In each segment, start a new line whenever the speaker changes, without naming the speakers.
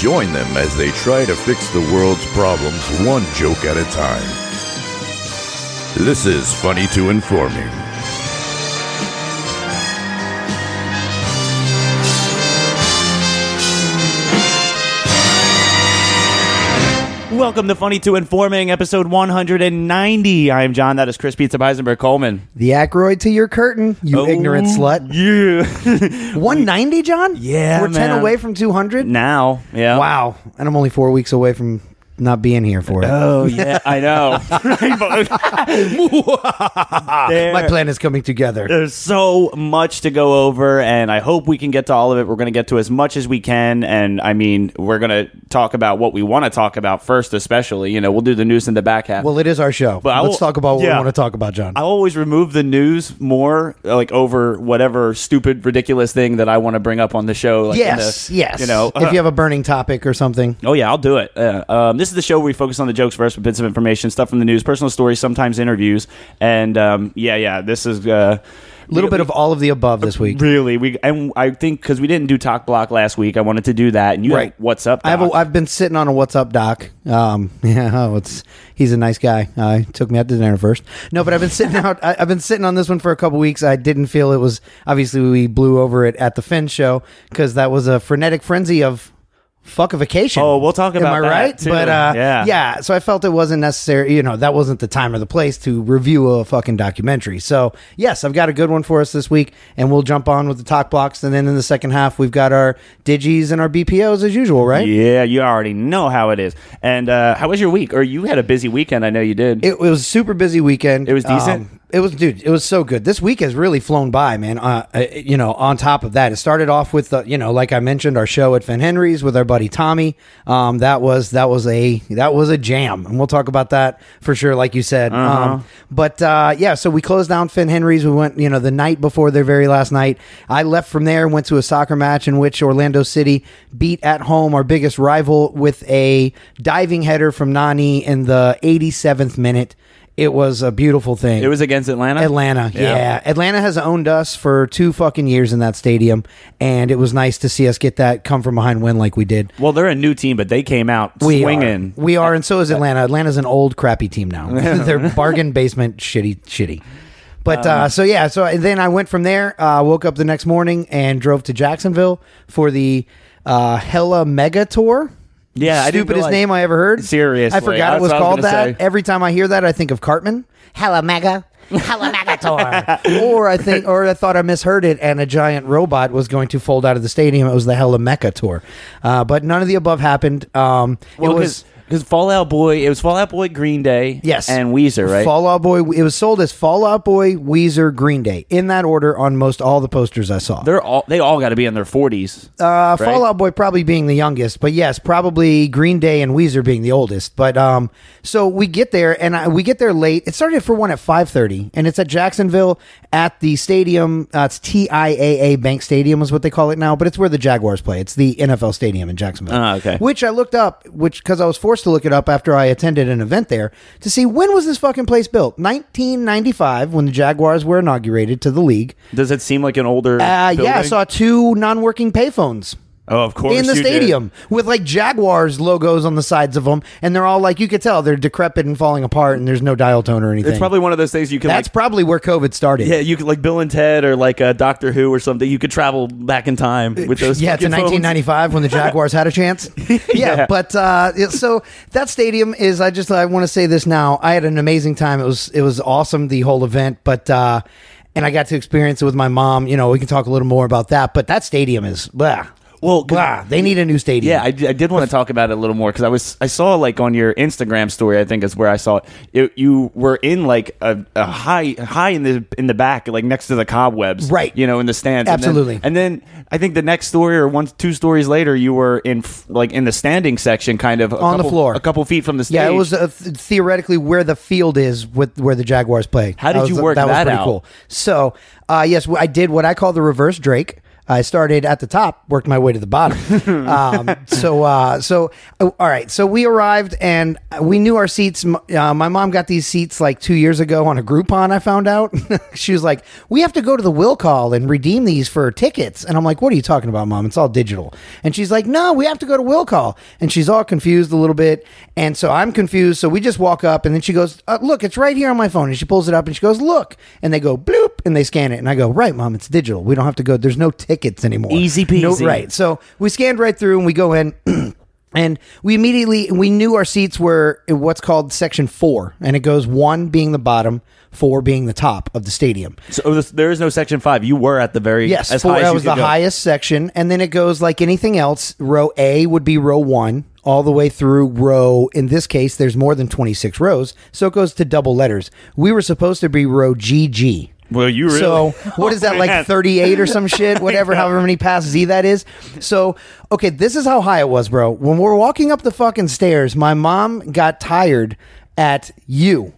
Join them as they try to fix the world's problems one joke at a time. This is Funny to Informing.
Welcome to Funny to Informing, episode 190. I am John. That is Chris Pizza Heisenberg Coleman.
The Ackroyd to your curtain,
Oh.
you ignorant slut.
Yeah.
190, John?
Yeah,
We're 10
man.
away from 200?
now, yeah.
Wow. And I'm only four weeks away from not being here for it.
Oh yeah, I know. There-
My plan is coming together.
There's so much to go over, and I hope we can get to all of it. We're going to get to as much as we can, and I mean, we're going to talk about what we want to talk about first, especially. You know, we'll do the news in the back half.
Well, it is our show.
I
Let's
will-
talk about what
yeah.
we want to talk about, John.
I always remove the news more, like over whatever stupid, ridiculous thing that I want to bring up on the show. Like in
yes,
the-
yes.
You know, uh,
if you have a burning topic or something.
Oh yeah, I'll do it. Uh, um, this is the show where we focus on the jokes first, with bits of information, stuff from the news, personal stories, sometimes interviews, and um, yeah, yeah. This is uh,
A little
we-
bit of all of the above this week.
really we and I think because we didn't do talk block last week, I wanted to do that. And you
Right.
have what's up?
I have a,
Doc.
I've been sitting on a what's up doc. Um, yeah, oh, it's he's a nice guy. Uh, he took me out to dinner first. No, but I've been sitting out. I, I've been sitting on this one for a couple weeks. I didn't feel it was obviously we blew over it at the Finn show because that was a frenetic frenzy of fuckification.
Oh, we'll talk about
Am I
that,
right?
too.
But uh,
Yeah.
yeah, yeah. So I felt it wasn't necessary. You know, that wasn't the time or the place to review a fucking documentary. So yes, I've got a good one for us this week, and we'll jump on with the talk blocks, and then in the second half we've got our digis and our BPOs as usual, right?
yeah, you already know how it is. And uh, how was your week? Or you had a busy weekend? I know you did.
It, it was a super busy weekend. Um,
It was decent?
it was, dude. It was so good. This week has really flown by, man. Uh, uh, you know, on top of that, it started off with the, you know, like I mentioned, our show at Finn Henry's with our buddy Tommy. Um, that was that was a that was a jam, and we'll talk about that for sure, like you said.
Uh-huh.
Um, but uh, yeah, so we closed down Finn Henry's. We went, you know, the night before their very last night. I left from there, went to a soccer match in which Orlando City beat at home our biggest rival with a diving header from Nani in the 87th minute. It was a beautiful thing.
It was against Atlanta.
Atlanta, yeah. Atlanta has owned us for two fucking years in that stadium, and it was nice to see us get that come from behind win like we did.
Well, they're a new team, but they came out
We
swinging.
are, we are, and so is Atlanta. Atlanta's an old crappy team now. They're bargain basement shitty, shitty. But uh,
Um,
so yeah, so I- then I went from there. Uh, woke up the next morning and drove to Jacksonville for the uh, Hella Mega Tour.
Yeah, I didn't
stupidest
realize-
name I ever heard.
Seriously,
I forgot
that's
it was
what I was
called
gonna
that.
say.
Every time I hear that, I think of Cartman. Hella Mega. Hella Mega Tour. or I think, or I thought I misheard it, and a giant robot was going to fold out of the stadium. It was the Hella Mecca Tour, uh, but none of the above happened. Um,
Well,
it was.
because Fallout Boy. It was Fallout Boy, Green Day,
Yes.
and Weezer, right?
Fall Out Boy. It was sold as Fall Out Boy, Weezer, Green Day in that order on most all the posters I saw.
They're all they all got to be in their forties.
Uh,
right?
Fall Out Boy probably being the youngest, but yes, probably Green Day and Weezer being the oldest. But um, so we get there and I, we get there late. It started for one at five thirty, and it's at Jacksonville at the stadium. Uh, it's TIAA Bank Stadium is what they call it now, but it's where the Jaguars play. It's the NFL stadium in Jacksonville.
Ah, okay.
Which I looked up, which because I was forced to look it up after I attended an event there to see when was this fucking place built. Nineteen ninety five, when the Jaguars were inaugurated to the league.
Does it seem like an older?
Uh, yeah, I
building?
saw two non working payphones
Oh, of course,
in the
you did.
stadium with like Jaguars logos on the sides of them, and they're all like you could tell they're decrepit and falling apart, and there's no dial tone or anything.
It's probably one of those things you can.
that's
like,
probably where COVID started.
yeah, you could like Bill and Ted or like uh, Doctor Who or something. You could travel back in time with those.
Uh, Yeah, to
fucking phones.
1995 when the Jaguars had a chance. Yeah, but uh, it- so that stadium is. I just I want to say this now. I had an amazing time. It was it was awesome the whole event, but uh, and I got to experience it with my mom. You know, we can talk a little more about that. But that stadium is blah.
Well, 'cause-
Blah. They need a new stadium.
yeah, I, d- I did want to talk about it a little more because I was I saw like on your Instagram story. I think is where I saw it. it you were in like a, a high high in the in the back, like next to the cobwebs,
Right.
You know, in the stands. And then-
Absolutely.
And then, I think the next story or one two stories later, you were in f- like in the standing section, kind of a
On the
couple-
floor.
a couple feet from the stage.
Yeah, it was uh, th- theoretically where the field is with where the Jaguars play.
How did
That was- uh,
you work
that?
that
was pretty
out?
cool. So, uh, yes, wh- I did what I call the reverse Drake. I started at the top, worked my way to the bottom. um, so, uh, so oh, all right. So we arrived and we knew our seats. M- Uh, my mom got these seats like two years ago on a Groupon. I found out she was like, "We have to go to the will call and redeem these for tickets." And I'm like, "What are you talking about, mom? It's all digital." And she's like, "No, we have to go to will call." And she's all confused a little bit, and so I'm confused. So we just walk up, and then she goes, uh, "Look, it's right here on my phone." And she pulls it up, and she goes, "Look," and they go bloop, and they scan it, and I go, "Right, mom, it's digital. We don't have to go. There's no tickets anymore.
Easy
No-
peasy.
right." So we scanned right through, and we go in. And we immediately we knew our seats were in what's called section four, and it goes one being the bottom, four being the top of the stadium.
So it was- there is no section five. You were at the very
Yes,
as
four,
high as
that
you
was
could
the
go.
highest section, and then it goes like anything else. Row A would be row one, all the way through row. In this case, there's more than 26 rows, so it goes to double letters. We were supposed to be row GG.
Well, you really.
So what is that
Oh, man.
like 38 or some shit? Whatever, however many passes Z that is. So okay, this is how high it was, bro. When we're walking up the fucking stairs, my mom got tired at you.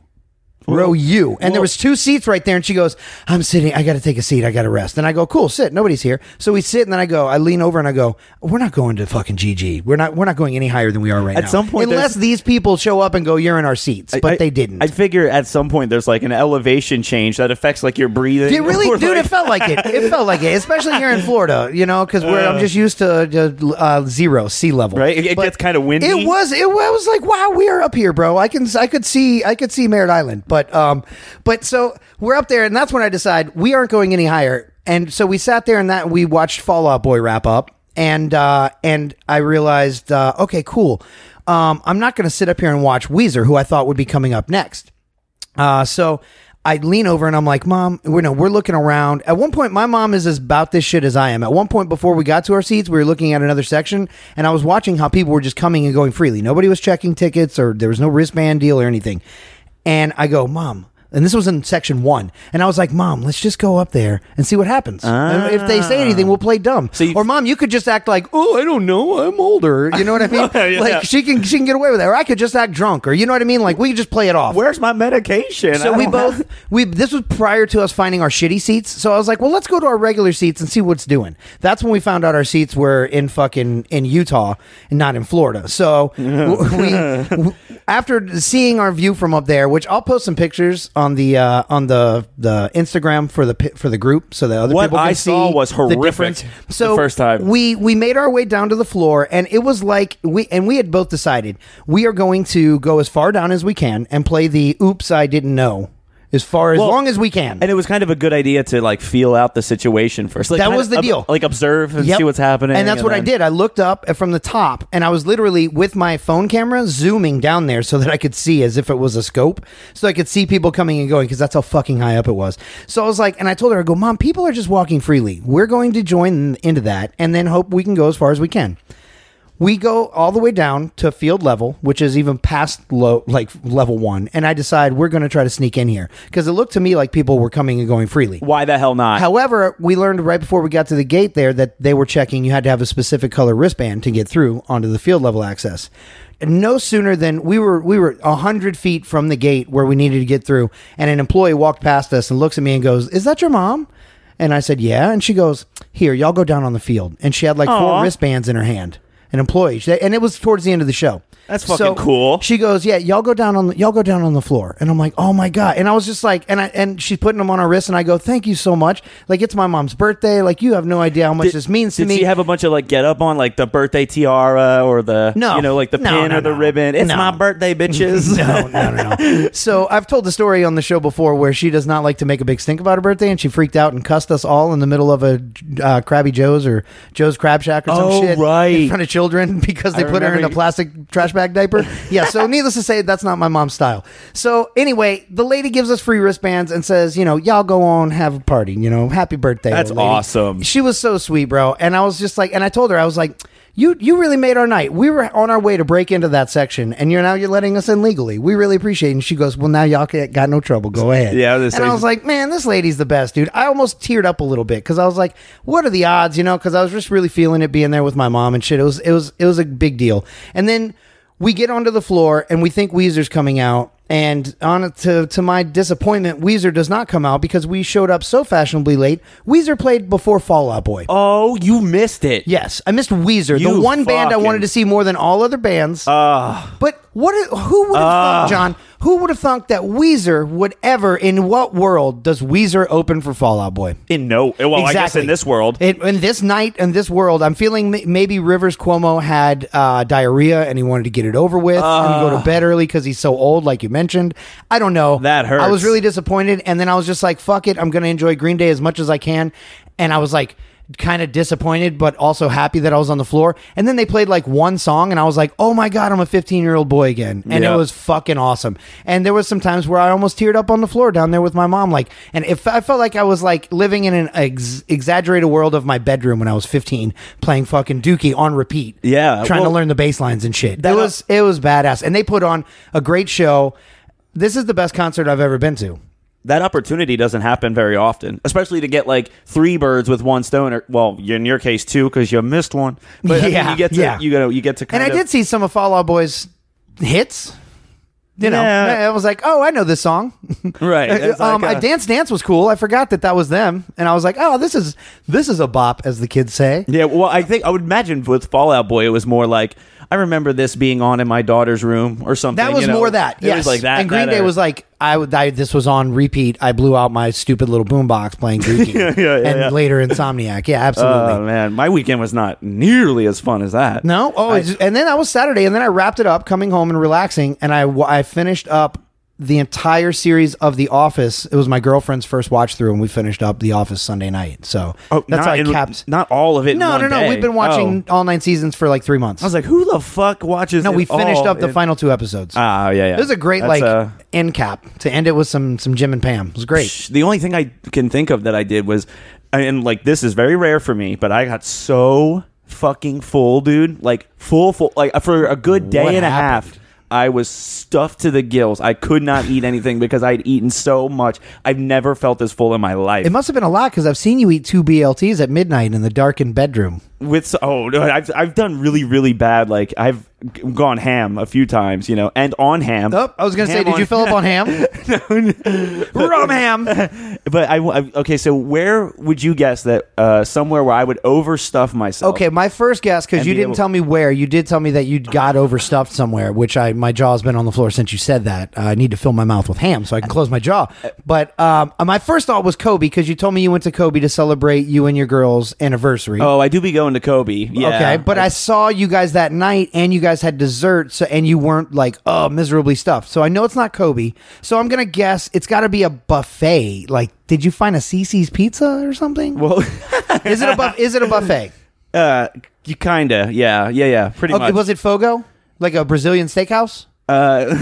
Row U, and there was two seats right there, and she goes, "I'm sitting. I got to take a seat. I got to rest." And I go, "Cool, sit. Nobody's here." So we sit, and then I go, I lean over, and I go, "We're not going to fucking GG. We're not. We're not going any higher than we are right now.
At some point,
unless
there's-
these people show up and go, you're in our seats, but
I-
they didn't.
I figure at some point there's like an elevation change that affects like your breathing.
It really,
or,
dude.
like-
it felt like it. It felt like it, especially here in Florida. You know, because where I'm just used to uh, uh, zero sea level.
Uh. Right? It- it
But
gets kinda windy.
It was. It was like, wow, we are up here, bro. I can, I could see, I could see Merritt Island. But, um, but so we're up there, and that's when I decide we aren't going any higher. And so we sat there, and that we watched Fallout Boy wrap up, and uh, and I realized, uh, okay, cool. Um, I'm not going to sit up here and watch Weezer, who I thought would be coming up next. Uh, so I lean over and I'm like, Mom, we're no, we're looking around. At one point, my mom is as about this shit as I am. At one point, before we got to our seats, we were looking at another section, and I was watching how people were just coming and going freely. Nobody was checking tickets, or there was no wristband deal or anything. And I go, Mom. And this was in section one. And I was like, Mom, let's just go up there and see what happens. And if they say anything, we'll play dumb.
Ah. you-
or, Mom, you could just act like, oh, I don't know. I'm older. You know what I mean?
Yeah.
Like, she can, she can get away with that. Or I could just act drunk. Or, you know what I mean? Like, we could just play it off.
Where's my medication?
So
I
we
don't
both
have-
we this was prior to us finding our shitty seats. So I was like, well, let's go to our regular seats and see what's doing. That's when we found out our seats were in fucking in Utah and not in Florida. So we, we after seeing our view from up there, which I'll post some pictures on the uh, on the the Instagram for the pi- for the group so that other
What
people can
I
see
saw was
the
horrific
difference.
the
So
first time.
we we made our way down to the floor and it was like we and we had both decided we are going to go as far down as we can and play the oops I didn't know as far as
Well,
long as we can.
And it was kind of a good idea to like feel out the situation first. Like,
That
kind
was
of
the
ob-
deal.
Like observe and
Yep.
see what's happening.
And that's what I
then-
did. I looked up from the top and I was literally with my phone camera zooming down there so that I could see as if it was a scope. So I could see people coming and going because that's how fucking high up it was. So I was like, and I told her, I go, Mom, people are just walking freely. We're going to join into that and then hope we can go as far as we can. We go all the way down to field level, which is even past low, like level one. And I decide we're going to try to sneak in here because it looked to me like people were coming and going freely.
Why the hell not?
However, we learned right before we got to the gate there that they were checking you had to have a specific color wristband to get through onto the field level access. And no sooner than we were we were hundred feet from the gate where we needed to get through, and an employee walked past us and looks at me and goes, "Is that your mom?" And I said, "Yeah." And she goes, "Here, y'all go down on the field." And she had like four wristbands in her hand. An employee, She- and it was towards the end of the show.
That's fucking cool.
She goes, "Yeah, y'all go down on the, y'all go down on the floor." And I'm like, "Oh my god!" And I was just like, and I and she's putting them on her wrist, and I go, "Thank you so much." Like it's my mom's birthday. Like you have no idea how much this means to
Did
me.
she have a bunch of like get up on like the birthday tiara or the
No.
you know like the
No,
pin
no,
or the
no.
ribbon? It's
No.
my birthday, bitches.
no, no, no, no. So I've told the story on the show before where she does not like to make a big stink about her birthday, and she freaked out and cussed us all in the middle of a uh, Krabby Joe's or Joe's Crab Shack or some
Oh,
shit
right.
in front of children because they put her in
remember
a
you-
plastic trash bag diaper. Yeah, so needless to say, that's not my mom's style. So anyway, the lady gives us free wristbands and says, you know, y'all go on, have a party, you know, happy birthday.
That's
old lady."
awesome.
She was so sweet, bro. And I was just like, and I told her, I was like, you you really made our night. We were on our way to break into that section, and you're now you're letting us in legally. We really appreciate it. And she goes, well, now y'all ca- got no trouble. Go ahead.
Yeah, I was
And
gonna say-
I was like, man, this lady's the best, dude. I almost teared up a little bit because I was like, what are the odds, you know? Because I was just really feeling it being there with my mom and shit. It was it was it was a big deal. And then we get onto the floor and we think Weezer's coming out. And on to to my disappointment, Weezer does not come out because we showed up so fashionably late. Weezer played before Fallout Boy.
Oh, you missed it.
Yes, I missed Weezer, the
You
one band I
fucking- Ah.
wanted to see more than all other bands. but what? Who would have thunk, John? Who would have thunk that Weezer would ever? In what world does Weezer open for Fallout Boy?
In no, well, I guess in this world,
It- in this night, in this world, I'm feeling m- maybe Rivers Cuomo had uh, diarrhea and he wanted to get it over with and go to bed early because he's so old, like you mentioned. I don't know.
That
I was
hurts.
really disappointed, and then I was just like, "Fuck it, I'm gonna enjoy Green Day as much as I can," and I was like. Kind of disappointed, but also happy that I was on the floor. And then they played like one song, and I was like, "Oh my god, I'm a 15 year old boy again," and
Yeah.
it was fucking awesome. And there was some times where I almost teared up on the floor down there with my mom, like, and if I felt like I was like living in an ex- exaggerated world of my bedroom when I was 15, playing fucking Dookie on repeat,
Yeah,
trying
well-
to learn the bass lines and shit.
That-
it was it was badass, and they put on a great show. This is the best concert I've ever been to.
that opportunity doesn't happen very often, especially to get like three birds with one stone. Or well, in your case two because you missed one. But I mean,
Yeah,
you get to
yeah.
you go you get to kind
and I
of
did see some of Fall Out Boys hits. You know,
Yeah.
I was like, "Oh, I know this song."
Right. It's
um,
like, uh,
I dance dance was cool. I forgot that that was them, and I was like, "Oh, this is this is a bop," as the kids say.
Yeah, well, I think I would imagine with Fallout Boy, it was more like I remember this being on in my daughter's room or something.
That was
you know?
more that.
It
Yes,
was like that.
And Green
that
Day
era.
was like, I, would- I this was on repeat. I blew out my stupid little boombox playing Dookie,
yeah, yeah,
and
yeah.
later Insomniac. Yeah, absolutely.
Oh man, my weekend was not nearly as fun as that.
No. Oh, it's and then that was Saturday, and then I wrapped it up, coming home and relaxing, and I wa- I finished up the entire series of The Office. It was my girlfriend's first watch through, and we finished up The Office Sunday night. So
Oh,
that's
not
how I
in-
capped.
Not all of it. in
No,
one
no, no.
day.
We've been watching
Oh.
all nine seasons for like three months.
I was like, who the fuck watches?
no,
it
we finished
all
up the
in-
final two episodes.
Ah, yeah, yeah.
it was a great
That's,
like
uh,
end cap to end it with some some Jim and Pam. It was great.
the only thing I can think of that I did was, and like this is very rare for me, but I got so fucking full, dude. Like full, full, like uh, for a good day
What
and a
happened?
half. I was stuffed to the gills. I could not eat anything because I'd eaten so much. I've never felt this full in my life.
It must have been a lot because I've seen you eat two BLTs at midnight in the darkened bedroom.
with so- oh no, I've I've done really really bad. Like I've g- gone ham a few times, you know, and on ham.
Oh, I was gonna say,
Ham
did
on-
you fill up on ham? Rum ham.
But I, w- I- okay. So where would you guess that uh, somewhere where I would overstuff myself?
Okay, my first guess because
And
you
be
didn't
able-
tell me where. You did tell me that you got overstuffed somewhere, which I my jaw's been on the floor since you said that. Uh, I need to fill my mouth with ham so I can close my jaw. But um, my first thought was Kobe because you told me you went to Kobe to celebrate you and your girl's anniversary.
Oh, I do be going to Kobe. Yeah.
Okay, but I saw you guys that night, and you guys had dessert, so and you weren't like oh miserably stuffed. So I know it's not Kobe. So I'm gonna guess it's got to be a buffet. Like, did you find a CC's pizza or something?
well,
is it a buff- is it a buffet?
uh, you kinda, yeah, yeah, yeah, pretty
Okay,
much.
was it Fogo? Like a Brazilian steakhouse?
uh,
A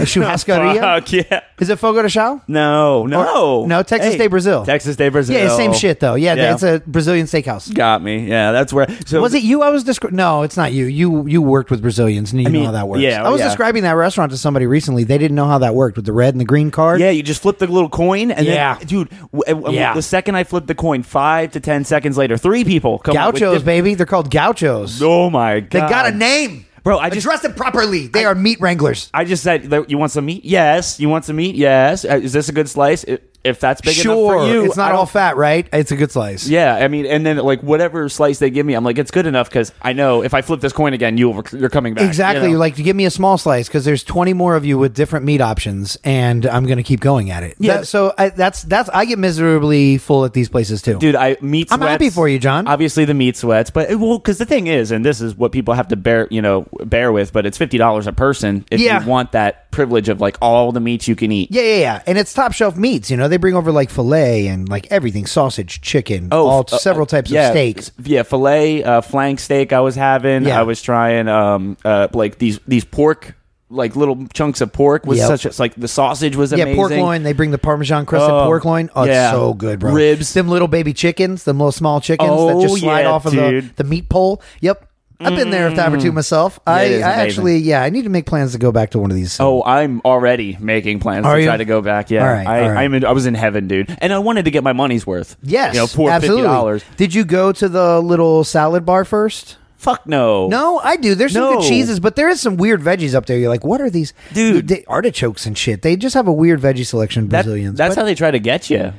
churrascaria?
fuck, yeah.
Is it Fogo de Chao?
No, no,
Or- no, Texas Day, Brazil.
Texas Day Brazil.
Yeah, same shit though. Yeah,
Yeah.
it's a Brazilian steakhouse.
Got me. Yeah, that's where. So
Was it you I was describing? No, it's not you. You you worked with Brazilians and you
mean,
know how that works.
yeah,
I was
yeah.
describing that restaurant to somebody recently. They didn't know how that worked with the red and the green card.
Yeah, you just flip the little coin, and
Yeah.
then, dude, w- w-
Yeah.
the second I flip the coin, five to ten seconds later, three people come. up with
Gauchos,
diff-
baby. They're called gauchos.
Oh my god,
They got a name.
bro. I just
Address them properly. They are meat wranglers.
I just said, like, you want some meat? Yes. You want some meat? Yes. Uh, Is this a good slice? I- If that's big enough
sure.
for you,
it's
I
not
don't
all fat, right? It's a good slice.
Yeah, I mean, and then like whatever slice they give me, I'm like, it's good enough because I know if I flip this coin again, you'll rec- you're coming back. you
Exactly.
know?
Like, give me a small slice because there's 20 more of you with different meat options, and I'm going to keep going at it.
Yeah.
That- so I, that's that's I get miserably full at these places too.
dude, I meat.
I'm
Sweats,
happy for you, John.
Obviously, the meat sweats, but eh, well, because the thing is, and this is what people have to bear, you know, bear with. But it's fifty dollars a person if
Yeah.
you want that privilege of like all the meats you can eat.
Yeah, yeah, yeah. And it's top shelf meats. You know, they bring over like filet and like everything sausage, chicken, all
f- uh,
several types
yeah,
of steaks.
s- Yeah, filet, uh, flank steak. I was having.
Yeah.
I was trying um, uh, like these these pork, like little chunks of pork was
Yep.
such. It's like the sausage was
Yeah,
amazing.
pork loin. They bring the Parmesan crusted
Oh,
pork loin. Oh,
yeah.
it's so good, bro.
Ribs.
Them little baby chickens, them little small chickens that
Oh,
just slide
yeah,
off of
dude. Mm.
the, the meat pole. Yep. I've been there a time or two myself. I, I
it is amazing.
actually, yeah, I need to make plans to go back to one of these. soon.
Oh, I'm already making plans
Are
to
you?
try to go back. Yeah,
All right,
I,
all right.
I'm in, I was in heaven, dude, and I wanted to get my money's worth.
yes.
you know, for
absolutely.
fifty dollars.
Did you go to the little salad bar first?
Fuck no,
No, I do. There's some
No.
good cheeses, but there is some weird veggies up there. You're like, what are these?
Dude.
They- artichokes and shit. They just have a weird veggie selection,
That-
Brazilians.
that's
but-
how they try to get you.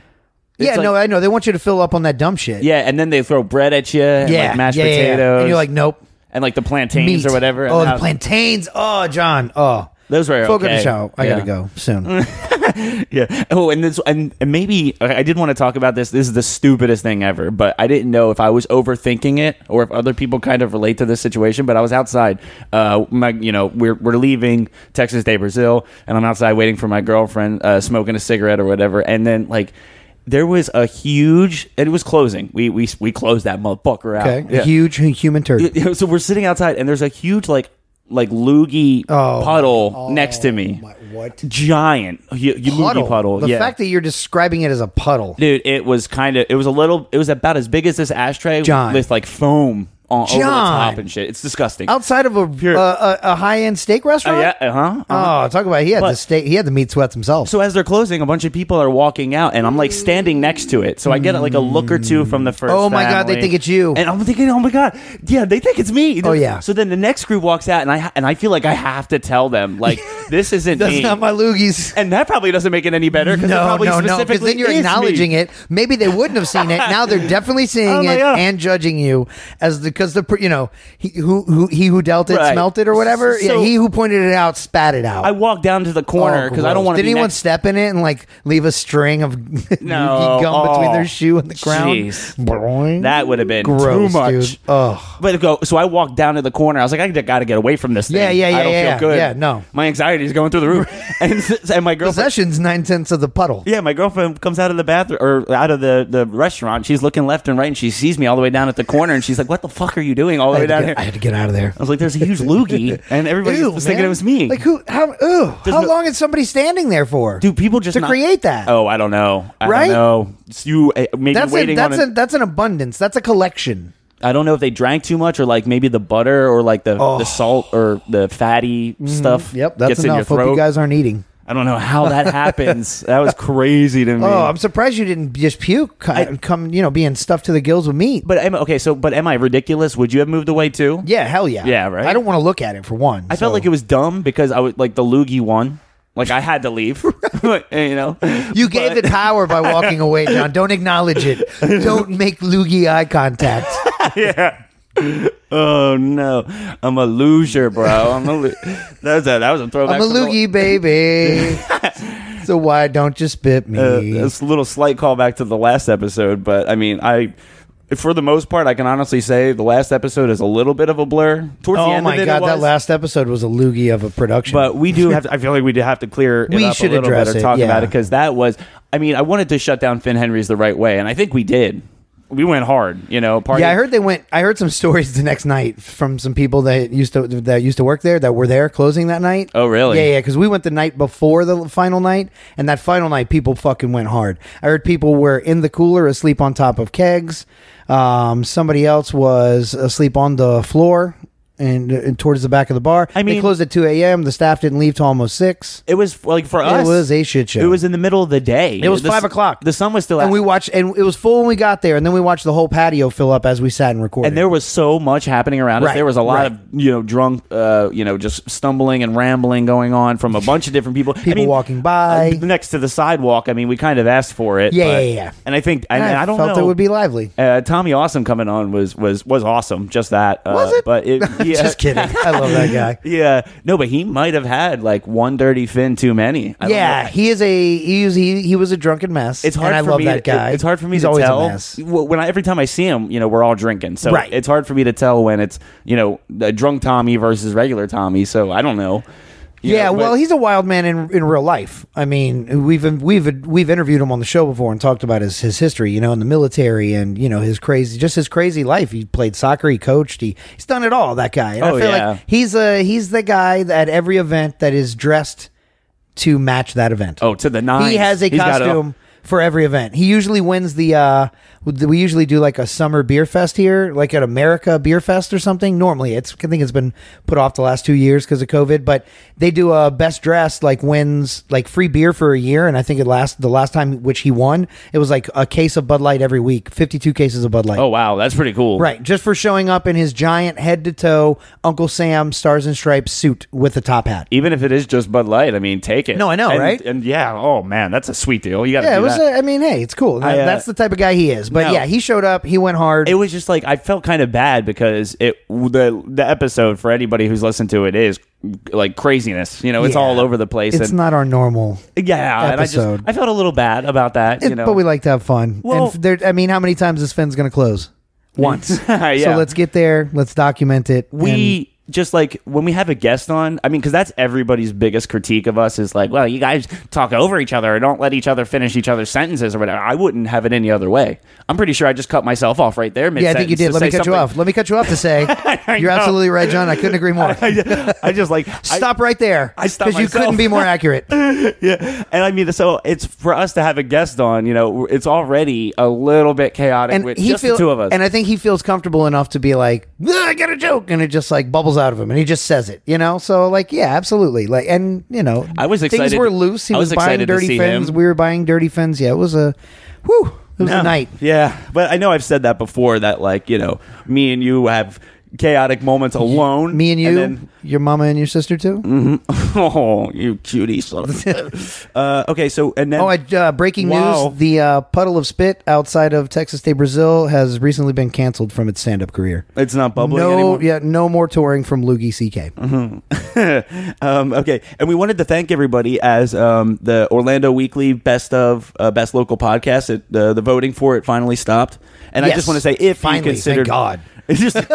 yeah,
like-
no, I know. They want you to fill up on that dumb shit.
Yeah, and then they throw bread at you, and
yeah,
like mashed
yeah, yeah, yeah.
potatoes,
And you're like, nope.
and like the plantains
meat.
or whatever.
Oh,
and
the
that-
plantains. Oh, John. Oh,
Those were
Fogo de
okay.
Chao. I
Yeah.
gotta go soon.
Yeah. Oh, and this, and, and maybe okay, I did want to talk about this. This is the stupidest thing ever, but I didn't know if I was overthinking it or if other people kind of relate to this situation. But I was outside. Uh, my, you know, we're we're leaving Texas Day Brazil, and I'm outside waiting for my girlfriend, uh, smoking a cigarette or whatever, and then like. There was a huge. It was closing. We we we closed that motherfucker out.
Okay,
Yeah.
huge human turd.
Yeah, so we're sitting outside and there's a huge like like loogie
Oh.
puddle next to me.
what
Giant hu- hu- loogie puddle.
The
yeah.
fact that you're describing it as a puddle.
Dude, it was kind of it was a little it was about as big as this ashtray
John.
with like foam on over the top
John. Oh,
and shit. It's disgusting.
Outside of a uh, a, a high end steak
Uh,
restaurant.
yeah, uh-huh. uh
Oh, talk about he had the
But-
steak. He had the meat sweats himself.
So as they're closing, a bunch of people are walking out, and I'm like standing next to it. So I get like a look or two from the first.
Oh my God, they
family.
think it's you.
And I'm thinking, oh my god, yeah, they think it's me.
Oh, yeah.
So then the next group walks out, and I ha- and I feel like I have to tell them like this isn't
That's
me.
not my loogies.
and that probably doesn't make it any better because
No,
probably
no, no.
specifically
Because then you're
is
acknowledging
me.
it. Maybe they wouldn't have seen it. Now they're definitely
Oh
seeing
my
it
God.
and judging you as because the, per- you know he who, who he who dealt it
Right.
smelt it or whatever.
So-
yeah, he who pointed it out spat it out.
I walk down to the corner
Oh,
because I don't want to.
Did
be
anyone
next-
step in it and like leave a string of
No.
gum between
Oh,
their shoe and the ground?
jeez.
Boing.
That would have been
Gross,
too much.
dude. Ugh.
But go. So I walked down to the corner. I was like, I got to get away from this. Thing.
Yeah, yeah,
I
yeah,
don't
yeah,
feel good.
yeah, no.
my anxiety is going through the roof. and s- and my girlfriend.
Possession's nine tenths of the puddle.
Yeah, my girlfriend comes out of the bathroom or out of the, the restaurant. She's looking left and right, and she sees me all the way down at the corner, and she's like, "What the fuck are you doing all the
I,
way
had to
down
get,
here?"
I had to get out of there.
I was like, "There's a huge loogie," and everybody
Ew,
was thinking
man.
it was me.
Like who? How? Ew,
There's
how
no-
long is somebody standing there for?
do people just
to
not-
create that?
Oh, I don't know. I
Right?
don't know. It's you uh, maybe
that's a,
waiting
that's
on.
a, that's an abundance. That's a
A,
collection.
I don't know if they drank too much or like maybe the butter or like the, the salt or the fatty stuff.
Oh. Mm, Yep, that's
gets in your
enough. Hope
throat.
you guys aren't eating.
I don't know how that happens. that was crazy to me.
Oh, I'm surprised you didn't just puke. c- come, you know, being stuffed to the gills with meat.
but am, okay, so but am I ridiculous? Would you have moved away too?
yeah, hell yeah.
Yeah, right?
I don't want to look at it for one.
I felt like it was dumb because I was like the loogie won. Like I had to leave. you know,
You gave it power by walking away, John. Don't acknowledge it. Don't make loogie eye contact.
Oh no, I'm a loser, bro. I'm a lo- that was a that was a throwback.
I'm a
to the-
loogie baby. so why don't you spit me?
Uh, that's a little slight callback to the last episode, but I mean, I for the most part, I can honestly say the last episode is a little bit of a blur. Towards the
oh
end
my
of it, it
god, that
was.
last episode was a loogie of a production.
But we do have. To, I feel like we do have to clear. It
We
up
should
a little
address
bit or
it,
talk
yeah.
about it because that was. I mean, I wanted to shut down Finn Henry's the right way, and I think we did. We went hard, you know. Party.
yeah, I heard they went. I heard some stories the next night from some people that used to that used to work there that were there closing that night.
Oh, really?
Yeah, yeah. Because we went the night before the final night, and that final night, people fucking went hard. I heard people were in the cooler asleep on top of kegs. Um, somebody else was asleep on the floor. And, and towards the back of the bar,
I mean-
they closed at two a.m. The staff didn't leave till almost six,
It was like for us.
was a shit show.
It was in the middle of the day.
It was
The s-
five o'clock.
The sun was still out.
and we watched. And it was full when we got there, and then we watched the whole patio fill up as we sat and recorded.
and there was so much happening around us.
Right,
There was a lot
right.
of you know drunk, uh, you know, just stumbling and rambling going on from a bunch of different people.
People walking by.
uh, next to the sidewalk. I mean, we kind of asked for it.
Yeah,
but-
yeah, yeah.
And I think, and,
I,
I don't
felt
know,
it would be lively.
Uh, Tommy Awesome coming on was was was awesome. Just that uh,
Was it?
But it, yeah,
Just kidding. I love that guy.
yeah, no, but he might have had like one dirty fin too many. I don't
Yeah,
know.
he is a he was he, he was a drunken mess.
It's hard
and I
for
love
me.
that
it-
guy.
it's hard for me
He's
to
always
tell.
a mess.
Well, When I, every time I see him, you know, we're all drinking, so
Right.
it's hard for me to tell when it's you know the drunk Tommy versus regular Tommy. So I don't know. you
yeah,
know, but-
well, he's a wild man in in real life. I mean, we've we've we've interviewed him on the show before and talked about his his history, you know, in the military and you know his crazy, just his crazy life. He played soccer, he coached, he he's done it all. That guy. And
Oh,
I feel
yeah.
like he's a he's the guy that at every event that is dressed to match that event.
Oh, to the nines.
He has a
He's got it all.
costume for every event. He usually wins the. uh We usually do like a summer beer fest here, like at America Beer Fest or something. Normally, it's I think it's been put off the last two years because of COVID. But they do a best dressed like wins like free beer for a year, and I think it last the last time which he won, it was like a case of Bud Light every week, fifty two cases of Bud Light.
oh wow, that's pretty cool.
Right, just for showing up in his giant head to toe Uncle Sam Stars and Stripes suit with a top hat.
Even if it is just Bud Light, I mean, take it.
No, I know,
And-
right?
And yeah, oh man, that's a sweet deal. You got to
Yeah, it
do that.
was. uh, I mean, hey, it's cool.
I, uh,
That's the type of guy he is. But
no.
yeah, he showed up. He went hard.
it was just like I felt kind of bad because it the the episode for anybody who's listened to it is like craziness. You know, it's
Yeah.
all over the place.
it's
and,
not our normal.
yeah, and I
episode.
just I felt a little bad about that. you
It-
know,
but we like to have fun.
Well-
and f- there, I mean, how many times is Finn's going to close? Once.
Yeah.
So let's get there. Let's document it. and-
we just like when we have a guest on i mean because that's everybody's biggest critique of us is like well you guys talk over each other or don't let each other finish each other's sentences or whatever i wouldn't have it any other way i'm pretty sure i just cut myself off right there
yeah, I think you did.
mid-sentence
Let me
to say
cut you off.
something.
Let me cut you off to say you're
know.
absolutely right, John. I couldn't agree more.
i just like I-
Stop right there.
I stopped
you
myself.
couldn't be more accurate.
yeah and i mean so it's for us to have a guest on you know it's already a little bit chaotic
and
with
he
just
feels,
the two of us
and I think he feels comfortable enough to be like, "Ugh, I got a joke, and it just like bubbles out of him, and he just says it, you know. So like, yeah, absolutely, like, and you know,
I was
Things
excited-
were loose. He
I
was,
was
buying
excited to
dirty
see
fins.
him.
We were buying dirty fins. Yeah, it was a, whew, it was a
No.
night.
Yeah, but I know I've said that before. That like you know, me and you have chaotic moments alone.
Me and you,
then- Mm-hmm.
your mama and your sister too.
oh, you cutie son. Of a- uh, okay, so and then
Oh, I, uh, breaking
Wow.
news: the uh, puddle of spit outside of Texas State Brazil has recently been canceled from its stand-up career.
it's not bubbling
no,
anymore. Mm-hmm.
yeah, no more touring from Loogie CK.
um, okay, and we wanted to thank everybody as um, the Orlando Weekly Best of uh, Best Local Podcast. It, uh, the the voting for it finally stopped, and I
Yes.
just want to say if
Finally,
you
thank
considered
God.
It's just-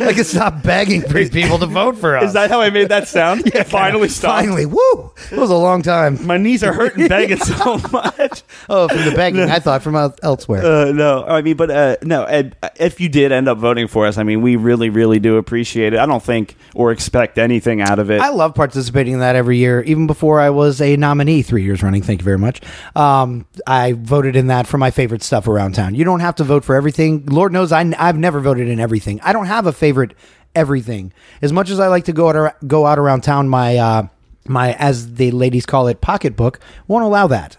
like it's not begging for people to vote for us.
is that how I made that sound? It finally stopped.
Finally, woo! It was a long time.
my knees are hurting begging so much.
Oh, from the begging, I thought from el- elsewhere.
Uh, no, I mean, but uh, no. And uh, if you did end up voting for us, I mean, we really, really do appreciate it. I don't think or expect anything out of it.
I love participating in that every year. Even before I was a nominee three years running, thank you very much. Um, I voted in that for my favorite stuff around town. You don't have to vote for everything. Lord knows I, have never voted in everything. I don't have a favorite everything. As much as I like to go out, ar- go out around town, my uh, my as the ladies call it pocketbook won't allow that.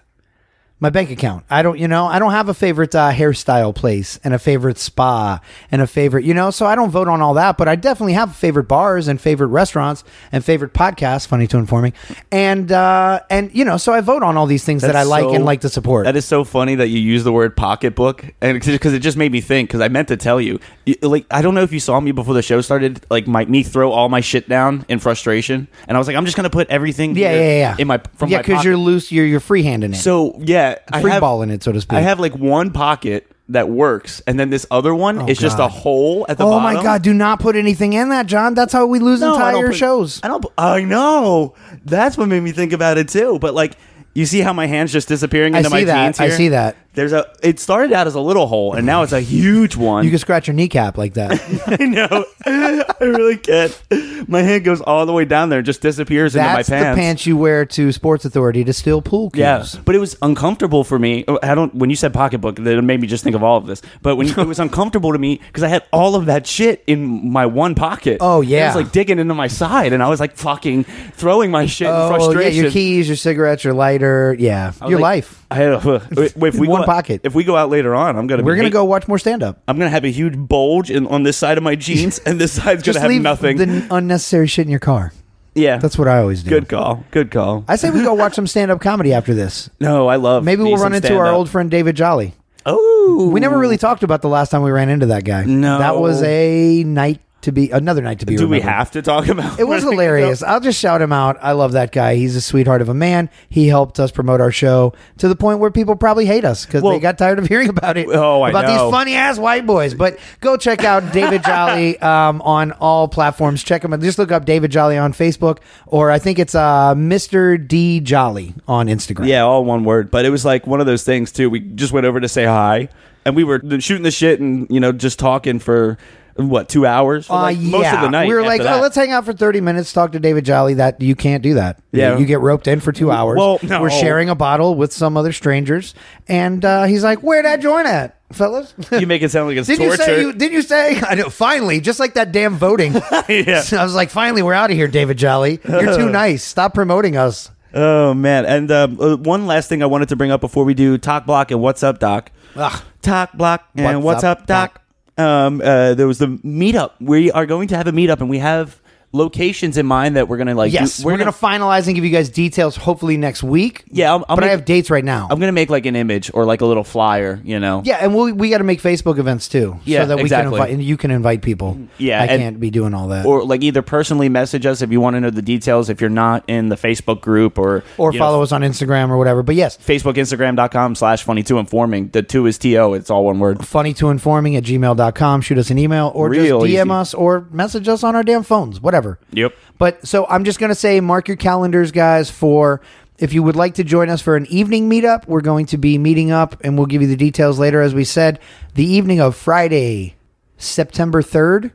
my bank account. I don't, you know, I don't have a favorite uh, hairstyle place and a favorite spa and a favorite, you know, so I don't vote on all that, but I definitely have favorite bars and favorite restaurants and favorite podcasts, funny to informing. And, uh, and, you know, so I vote on all these things that I like
So-
and like to support.
That is so funny that you use the word pocketbook, and because it just made me think. Because I meant to tell you, you- like, I don't know if you saw me before the show started, like, my me throw all my shit down in frustration, and I was like, I'm just gonna put everything,
yeah,
here
yeah, yeah.
in my from
yeah,
my pocket.
you're loose, you're, you're freehanding it.
So yeah, I
free
have-
balling it, so to speak.
I have like one pocket that works, and then this other one is just
Oh, God.
a hole at the
oh
bottom.
my God, do not put anything in that, John. That's how we lose
I don't
entire
put-
shows.
I don't. pu- I know. That's what made me think about it too. But like, you see how my hands just disappearing
I
into my
see that.
jeans
I
here?
see that.
There's a. It started out as a little hole, and now it's a huge one.
You can scratch your kneecap like that.
I know. I really can't. My hand goes all the way down there, and just disappears into my
That's
pants.
the pants you wear to Sports Authority to steal pool cues.
Yeah, but it was uncomfortable for me. Oh, I don't. When you said pocketbook, that made me just think of all of this. But when it was uncomfortable to me because I had all of that shit in my one pocket.
Oh,
it
yeah.
was like digging into my side, and I was like fucking throwing my shit in
well,
frustration.
Oh, Yeah, your keys, your cigarettes, your lighter. Yeah,
I was
your
like,
life.
I had a, if we
One
go,
pocket.
If we go out later on, I'm gonna.
We're
be-
gonna go watch more stand up.
I'm gonna have a huge bulge in, on this side of my jeans, and this side's
Just
gonna have
leave
nothing.
the n- unnecessary shit in your car.
yeah,
That's what I always do.
Good call. Good call.
I say we go watch some stand up comedy after this.
no, I love.
Maybe
me
we'll
some
run into our
stand-up.
old friend David Jolly.
Oh,
We never really talked about the last time we ran into that guy.
No.
that was a night to be another night to be.
Do we
remembered.
have to talk about?
It was hilarious. I'll just shout him out. I love that guy. He's a sweetheart of a man. He helped us promote our show to the point where people probably hate us because
Well-
they got tired of hearing about it.
Oh, I
about
know.
these funny ass white boys. But go check out David Jolly um, on all platforms. Check him out. Just look up David Jolly on Facebook, or I think it's uh, Mr. D Jolly on Instagram.
Yeah, all one word. But it was like one of those things too. We just went over to say hi, and we were shooting the shit and you know just talking for what two hours? For,
Uh,
like,
yeah.
most of the night.
we were
after
like,
that.
oh, let's hang out for 30 minutes, talk to David Jolly. That you can't do that.
Yeah.
You, you get roped in for two hours.
Well, no.
We're sharing a bottle with some other strangers. And uh, he's like, where'd I join at, fellas?
You make it sound like it's
Did
torture.
you say you? Did you say? I know. Finally, just like that damn voting.
Yeah.
I was like, finally, we're out of here, David Jolly. You're too nice. Stop promoting us.
Oh man! And um, uh, one last thing I wanted to bring up before we do talk block and what's up, doc.
Ugh.
Talk block and what's,
What's
up,
up,
doc. Um, uh, there was the meetup. We are going to have a meetup, and we have locations in mind that we're gonna like. do-
Yes, we're, gonna, finalize and give you guys details hopefully next week.
Yeah, I'll- I'll
but
make-
I have dates right now.
I'm gonna make like an image or like a little flyer. You know.
yeah, and we we got to make Facebook events too,
Yeah,
so that we
exactly.
can invite and you can invite people.
Yeah,
I
and-
can't be doing all that.
Or like either personally message us if you want to know the details. If you're not in the Facebook group or
or
you know,
follow us on Instagram or whatever. But yes,
Facebook, Instagram.com slash funny two informing. The two is T O. It's all one word.
funny to informing at gmail.com. Shoot us an email or
Real
just DM
easy.
us or message us on our damn phones, whatever.
Yep.
But so I'm just going to say, mark your calendars, guys, for if you would like to join us for an evening meetup, we're going to be meeting up and we'll give you the details later, as we said, the evening of Friday, September 3rd.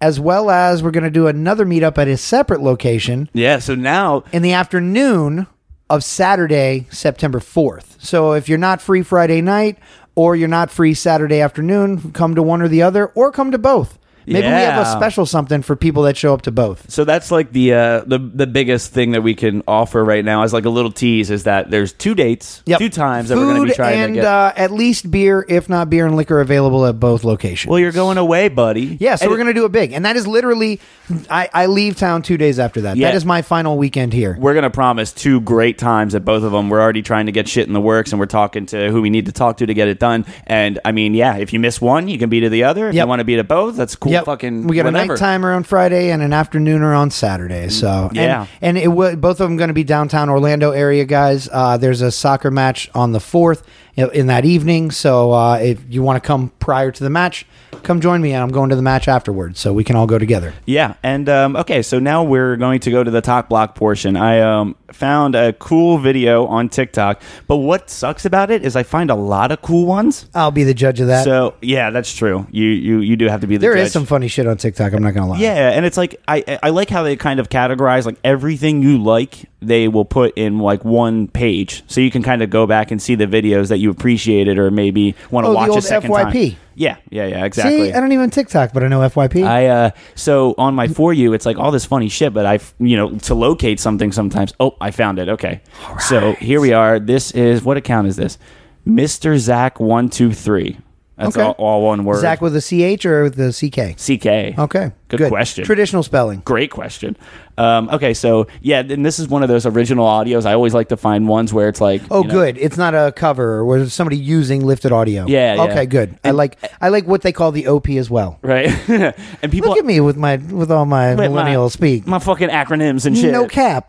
As well as we're going to do another meetup at a separate location
Yeah. So now
in the afternoon of Saturday, September 4th. So if you're not free Friday night or you're not free Saturday afternoon, come to one or the other or come to both. Maybe we have a
Yeah.
special something for people that show up to both.
So that's like the uh, the the biggest thing that we can offer right now is like a little tease is that there's two dates, two times that we're going to be
Food
trying
and
to get.
uh, at least beer, if not beer and liquor, available at both locations.
well, you're going away, buddy.
yeah, so
And
we're going to do it big, and that is literally, I, I leave town two days after that.
Yeah.
That is my final weekend here.
we're gonna promise two great times at both of them. We're already trying to get shit in the works, and we're talking to who we need to talk to to get it done. And I mean, yeah, if you miss one, you can be to the other. If
Yep.
you want to be to both, that's cool.
Yep.
Fucking
we got
whatever.
a nighttime on Friday and an afternooner on Saturday. So and-
Mm, Yeah.
and, it w- both of them going to be downtown Orlando area guys. Uh, there's a soccer match on the fourth in that evening. So uh, if you want to come prior to the match, come join me, and I'm going to the match afterwards, so we can all go together.
Yeah, and um, okay, so now we're going to go to the talk block portion. I um, found a cool video on TikTok, but what sucks about it is I find a lot of cool ones.
I'll be the judge of that.
So yeah, that's true. You you you do have to be the
there
judge.
is some funny shit on TikTok. I'm not gonna lie.
yeah, and it's like I I like how they kind of categorize like everything you like they will put in like one page, so you can kind of go back and see the videos that you appreciated or maybe want to
Oh, the
watch a
old
second
FYP.
time. Yeah, yeah, yeah, exactly.
See, I don't even TikTok, but I know FYP.
I uh so on my for you it's like all this funny shit but I f- you know to locate something sometimes oh I found it okay so here we are this is what account is this Mr Zach one two three that's
Okay.
all, all one word
Zach with a CH or with a CK?
CK
Okay.
Good question.
Traditional spelling.
great question um okay so yeah and this is one of those original audios I always like to find ones where it's like
Oh,
you know,
good. It's not a cover or was somebody using lifted audio.
Yeah, yeah.
Okay, good. I like I like what they call the OP as well.
right and people
Look at me with my with all my
with my-
millennial speak.
my fucking acronyms and shit
no cap.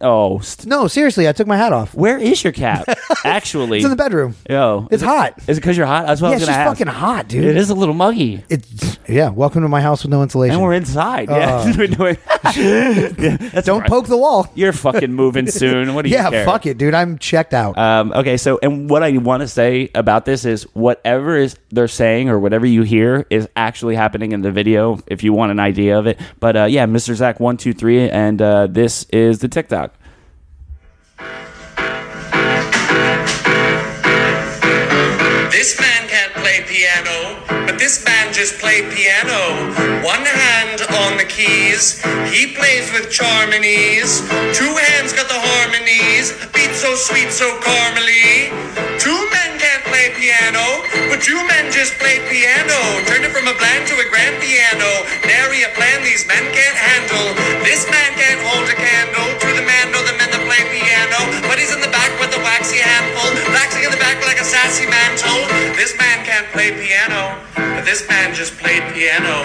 oh st-
No, seriously, I took my hat off.
where is your cap actually
It's in the bedroom.
Yo, is
It's
it-
hot.
Is it because you're hot? That's what
yeah,
I was
it's
gonna
just
ask.
fucking hot, dude.
It is a little muggy.
It's, yeah. Welcome to my house with no insulation.
And we're inside.
Uh.
yeah. We're doing- Yeah, that's
Don't
right.
poke the wall.
You're fucking moving soon. What do you
Yeah,
care?
fuck it, dude. I'm checked out.
Um, okay, so and what I want to say about this is whatever is they're saying or whatever you hear is actually happening in the video. If you want an idea of it, but uh, yeah, Mr. Zach one two three, and uh, this is the TikTok.
This man can't play piano, but this man just played piano. One hand on the keys, he plays with charm and ease. Two hands got the harmonies, beat so sweet, so caramely. Two men can't play piano, but two men just played piano. Turned it from a bland to a grand piano. Nary a plan these men can't handle. This man can't hold a candle to the man, no the men that play piano. But he's in the back with a waxy handful, waxing in the back like a sad classy man told, this man can't play piano, but this man just played piano.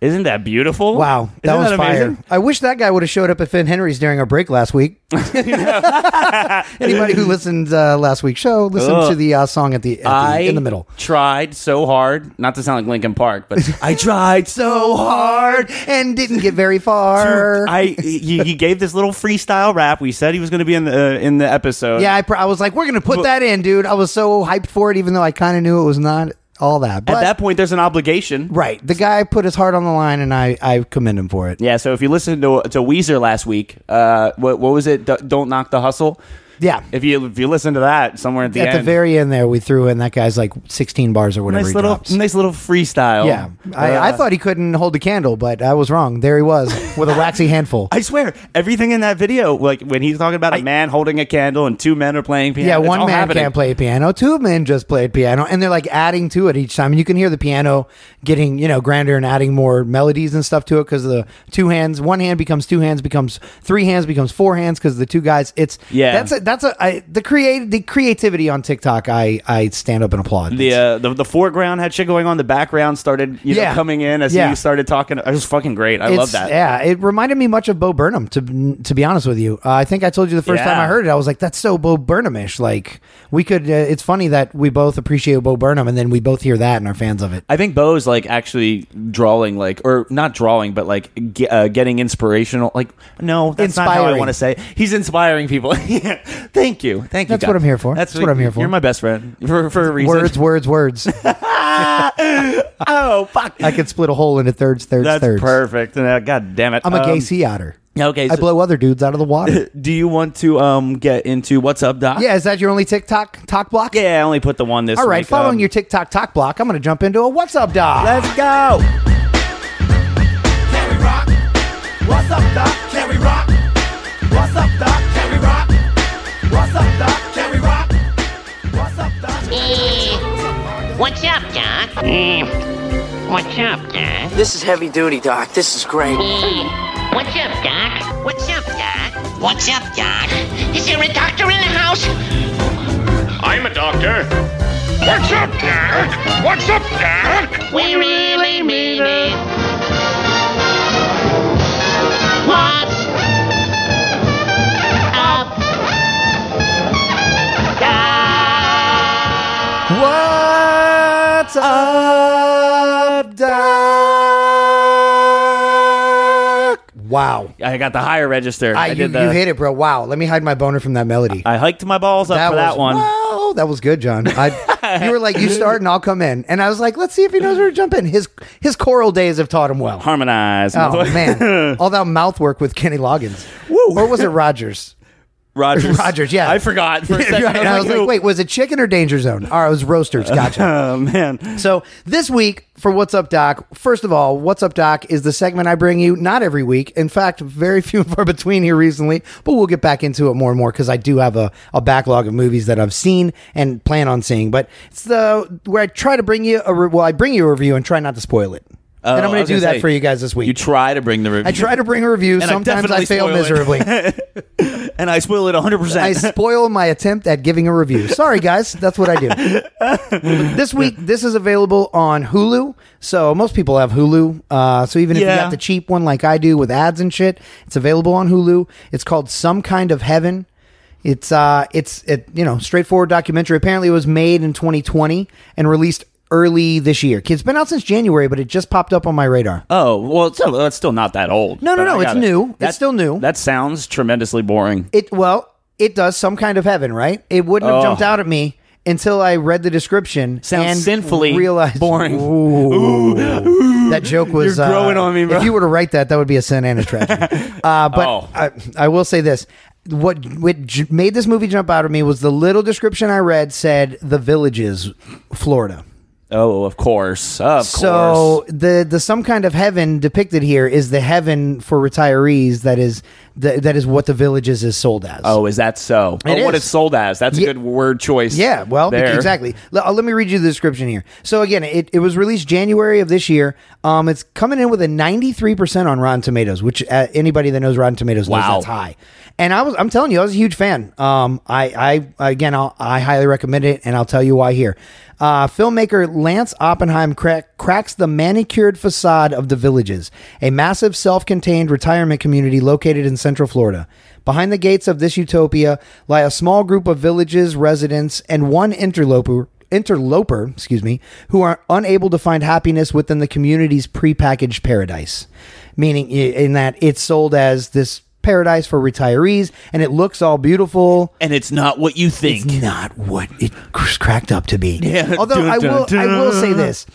Isn't that beautiful?
Wow, that
Isn't
was fire.
amazing?
I wish that guy would have showed up at Finn Henry's during our break last week. Anybody who listened uh, last week's show listened to the uh, song at the, at the
I
in the middle.
tried so hard, not to sound like Lincoln Park, but I tried so hard.
and didn't get very far.
I he, he gave this little freestyle rap. We said he was going to be in the uh, in the episode.
yeah, I, pr- I was like, we're gonna put that in, dude. I was so hyped for it, even though I kind of knew it was not all that. But
At that point, there's an obligation.
right, the guy put his heart on the line, and I I commend him for it.
Yeah. So if you listened to to Weezer last week, uh, what what was it? D- Don't knock the hustle.
Yeah.
If you if you listen to that somewhere at the
at
end,
the very end there, we threw in that guy's like 16 bars or whatever.
nice
he
little
drops.
nice little freestyle.
Yeah, I, I
Uh,
thought he couldn't hold the candle, but I was wrong. There he was with a waxy handful.
I swear, everything in that video, like when he's talking about a man holding a candle and two men are playing piano.
yeah,
it's
one
all
man
happening.
can't play piano. Two men just played piano, and they're like adding to it each time. And you can hear the piano getting you know grander and adding more melodies and stuff to it because the two hands, one hand becomes two hands, becomes three hands, becomes four hands because the two guys. It's
Yeah.
That's a, that's a I, the create the creativity on TikTok. I I stand up and applaud.
The, uh, the the foreground had shit going on. The background started, you
Yeah.
know, coming in as
Yeah.
you started talking. It was fucking great. I love
It's-
that.
Yeah, it reminded me much of Bo Burnham. To to be honest with you, uh, I think I told you the first time
Yeah.
I heard it, I was like, "That's so Bo Burnhamish." Like we could. Uh, it's funny that we both appreciate Bo Burnham, and then we both hear that and are fans of it.
I think Bo's like actually drawing, like, or not drawing, but like ge- uh, getting inspirational. Like, no, that's not how I
Inspiring.
want to say. He's inspiring people. Yeah. Thank you, thank you.
That's what
God.
I'm here for. That's what I'm here for.
You're my best friend for, for a reason.
Words, words, words.
Oh fuck,
I could split a hole into thirds, thirds,
that's
thirds.
perfect. Uh, God damn it,
I'm a gay
Um,
sea otter.
Okay,
I
so
blow other dudes out of the water.
do you want to um get into what's up, Doc?
yeah, is that your only TikTok talk block?
yeah. I only put the one this.
All right,
week,
following
um,
your TikTok talk block, I'm going to jump into a what's up, doc.
Let's go.
Can we rock? What's up, Doc? Can we rock? What's up, Doc? Can we rock? What's up, Doc? Can we rock? What's up, Doc?
What's up, Doc? What's up, Doc?
This is heavy duty, Doc. This is great.
Mm. What's up, Doc? What's up, Doc? What's up, Doc? Is there a doctor in the house?
I'm a doctor. What's up, Doc? What's up, Doc?
We really mean it. What's up, Doc?
What's up, Doc? Wow.
I got the higher register.
I,
I,
you,
did the.
you hit it, bro. Wow. Let me hide my boner from that melody.
I hiked my balls up for
was,
that one.
Wow, that was good, John. I, you were like, you start and I'll come in. And I was like, let's see if he knows where to jump in. His his choral days have taught him well.
Harmonize.
Oh, man. All that mouth work with Kenny Loggins.
Woo.
Or was it Rogers?
Rogers.
Rogers, yeah.
I forgot for a second.
Right, and I was like,
"Ooh."
wait, was it chicken or Danger Zone? All right, it was Roasters. Gotcha.
Oh, man.
So this week for What's Up Doc, first of all, What's Up Doc is the segment I bring you not every week. In fact, very few and far between here recently, but we'll get back into it more and more because I do have a, a backlog of movies that I've seen and plan on seeing. But it's the where I try to bring you a re- well, I bring you a review and try not to spoil it. and I'm
Oh, I
going
was
to do
gonna
that
say,
for you guys this week.
You try to bring the review.
I try to bring a review.
I
Sometimes I,
definitely
fail
spoil it.
miserably.
and I spoil it 100%.
I spoil my attempt at giving a review. Sorry, guys. That's what I do. But this week, this is available on Hulu. So most people have Hulu. Uh, so even if you
Yeah.
got the cheap one like I do with ads and shit, it's available on Hulu. It's called Some Kind of Heaven. It's uh, it's it, you know straightforward documentary. Apparently, it was made in 2020 and released early this year. It's been out since January, but it just popped up on my radar.
oh, well, it's still, it's still not that old.
No,
but
no, no,
I
it's
got it.
new. It's
That-
still new.
That sounds tremendously boring.
It well, it does some kind of heaven, right? It wouldn't have
Oh.
jumped out at me until I read the description
Sounds
and
sinfully
realized
boring.
Ooh. that joke was uh,
You're growing on me, bro.
If you were to write that, that would be a sin and a tragedy. uh, but
Oh.
I, I will say this. What, what j- made this movie jump out at me was the little description I read said the villages, Florida.
Oh, of course. Of
So
course.
the the some kind of heaven depicted here is the heaven for retirees that is Th- that is what the villages is sold as.
Oh, is that so?
It
oh, what
is.
it's sold as. That's
Ye-
a good word choice.
Yeah, well,
there.
exactly. L- uh, let me read you the description here. So again, it, it was released January of this year. Um, it's coming in with a 93% on Rotten Tomatoes, which uh, anybody that knows Rotten Tomatoes knows
Wow.
that's high. And I was, I'm telling you, I was a huge fan. Um, I, I again, I'll, I highly recommend it, and I'll tell you why here. Uh, filmmaker Lance Oppenheim crack, cracks the manicured facade of the villages, a massive self-contained retirement community located in Central Florida. Behind the gates of this utopia lie a small group of villages, residents, and one interloper interloper, excuse me, who are unable to find happiness within the community's prepackaged paradise. Meaning i- in that it's sold as this paradise for retirees and it looks all beautiful.
And it's not what you think.
Not what it was cracked up to be.
Yeah.
Although I
Dun,
will
dun,
I will say
dun.
this.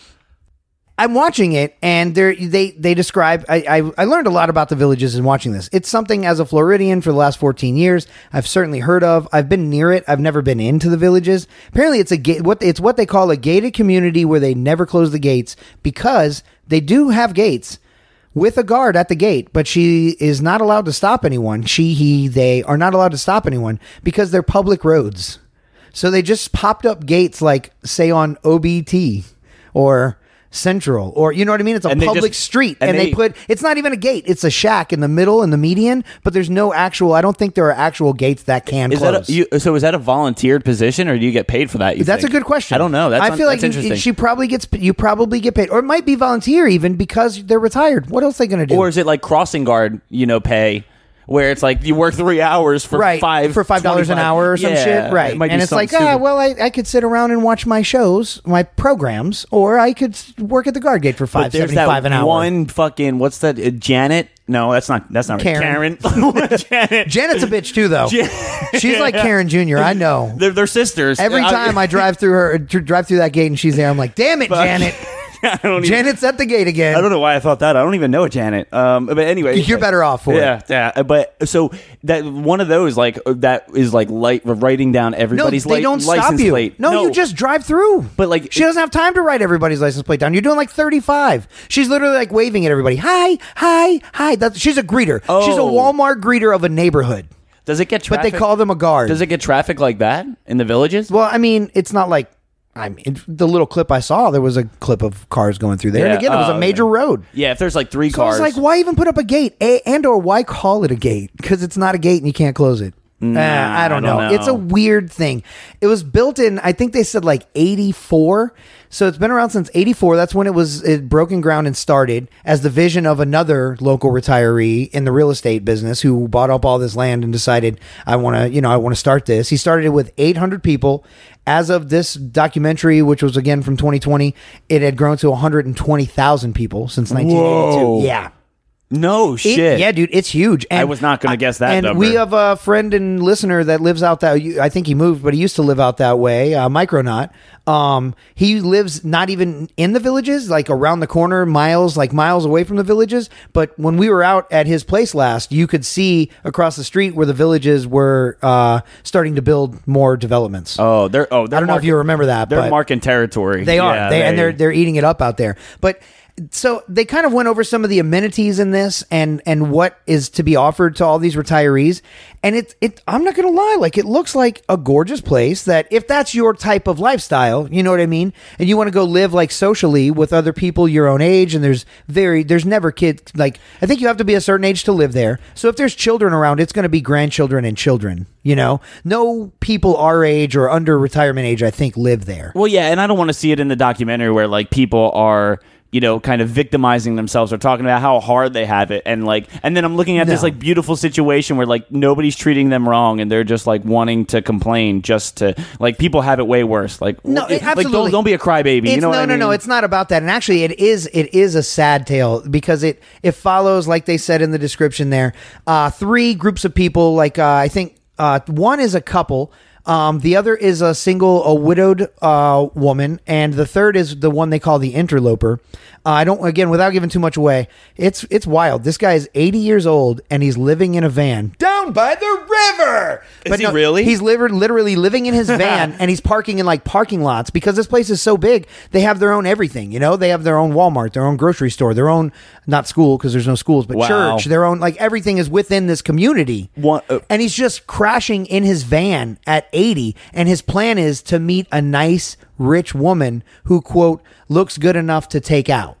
I'm watching it, and they they they describe. I, I I learned a lot about the villages in watching this. It's something as a Floridian for the last 14 years I've certainly heard of. I've been near it. I've never been into the villages. Apparently, it's a ga- what it's what they call a gated community where they never close the gates because they do have gates with a guard at the gate, but she is not allowed to stop anyone. She he they are not allowed to stop anyone because they're public roads. So they just popped up gates like say on OBT or Central or you know what I mean? It's a
And they
public
just-
street and,
and
they,
they-
put it's not even a gate, it's a shack in the middle in the median, but there's no actual I don't think there are actual gates that can
Is
close.
that a, you, so? Is that a volunteered position, or do you get paid for that? you
That's
think?
a good question.
I don't know. That's
I feel
that's
like you-
interesting.
she probably gets you probably get paid, or it might be volunteer even because they're retired. What else are they going to do?
or is it like crossing guard? You know, pay where it's like you work three hours for
right
five
for five dollars an
25
hour or some
Yeah,
shit, right?
It might
and
be
it's like,
something
ah,
stupid.
well, I, I could sit around and watch my shows, my programs, or I could s- work at the guard gate for
But
five
there's
seventy
that
five an hour.
one fucking what's that? Uh, Janet? No, that's not. That's not right.
Karen.
Karen. Janet.
Janet's a bitch too, though.
Jan-
She's like Karen Jr. I know.
They're, they're sisters. Uh,
Every time I drive through her, dr- drive through that gate, and she's there, I'm like, damn it,
Fuck.
Janet.
I don't even-
Janet's at the gate again.
I don't know why I thought that. I don't even know Janet. Um, but anyway,
You're better off for it.
yeah, Yeah, Uh, But so that one of those like uh, that is like light writing down
No, they
everybody's li-
don't stop
license
you.
plate.
No, you just drive through.
But, like,
she doesn't have time to write everybody's license plate down. You're doing like 35. She's literally like waving at everybody. Hi, hi, hi. That's, she's a greeter. She's a
Oh.
Walmart greeter of a neighborhood,
does it get
but
traffic?
they call them a guard.
does it get traffic like that in the villages?
well, I mean, it's not like I mean the little clip I saw. There was a clip of cars going through there, and
Yeah,
again, it was
oh,
a major road.
yeah, if there's like three
So I
cars,
was like, why even put up a gate, a- and or why call it a gate? Because it's not a gate and you can't close it. Nah, I don't
Mm, I
know.
don't
It's a
know.
weird thing. It was built in, I think they said like '84, so it's been around since '84. That's when it was it broken ground and started as the vision of another local retiree in the real estate business who bought up all this land and decided I want to, you know, I want to start this. He started it with 800 people. As of this documentary, which was again from 2020, it had grown to 120,000 people since 1982.
Whoa.
Yeah.
no
It-
shit.
yeah, dude, it's huge. And
I was not gonna guess that
And
number.
we have a friend and listener that lives out that. you- I think he moved, but he used to live out that way. Uh, Micronaut. Um, he lives not even in the villages, like around the corner, miles, like miles away from the villages. But when we were out at his place last, you could see across the street where the villages were uh, starting to build more developments.
Oh, they're oh, they're
I don't know if
marking-
you remember that,
They're
but-
marking territory.
They are.
Yeah,
they, and they're they're eating it up out there. But so they kind of went over some of the amenities in this and and what is to be offered to all these retirees. And it it I'm not gonna lie, like it looks like a gorgeous place that if that's your type of lifestyle, you know what I mean, and you want to go live like socially with other people your own age, and there's very there's never kids like I think you have to be a certain age to live there. So if there's children around, it's gonna be grandchildren and children, you know? No people our age or under retirement age, I think, live there.
Well, yeah, and I don't want to see it in the documentary where like people are, you know, kind of victimizing themselves or talking about how hard they have it, and like, and then I'm looking at this
No.
like beautiful situation where like nobody's treating them wrong, and they're just like wanting to complain just to like people have it way worse. Like,
No,
wh-
it-
like
absolutely.
don't, don't be a crybaby.
It's,
you know, what
no,
I
no, no.
mean?
It's not about that. And actually, it is. It is a sad tale because it it follows, like they said in the description there, uh, three groups of people. Like uh, I think uh, one is a couple. Um, the other is a single, a widowed uh, woman, and the third is the one they call the interloper. Uh, I don't again without giving too much away. It's it's wild. This guy is 80 years old and he's living in a van down by the river. Is
he really?
He's liver- literally living in his van and he's parking in like parking lots because this place is so big. They have their own everything. You know, they have their own Walmart, their own grocery store, their own not school because there's no schools, but
Wow.
church, their own like everything is within this community.
One- uh,
and he's just crashing in his van at 80 and his plan is to meet a nice rich woman who quote looks good enough to take out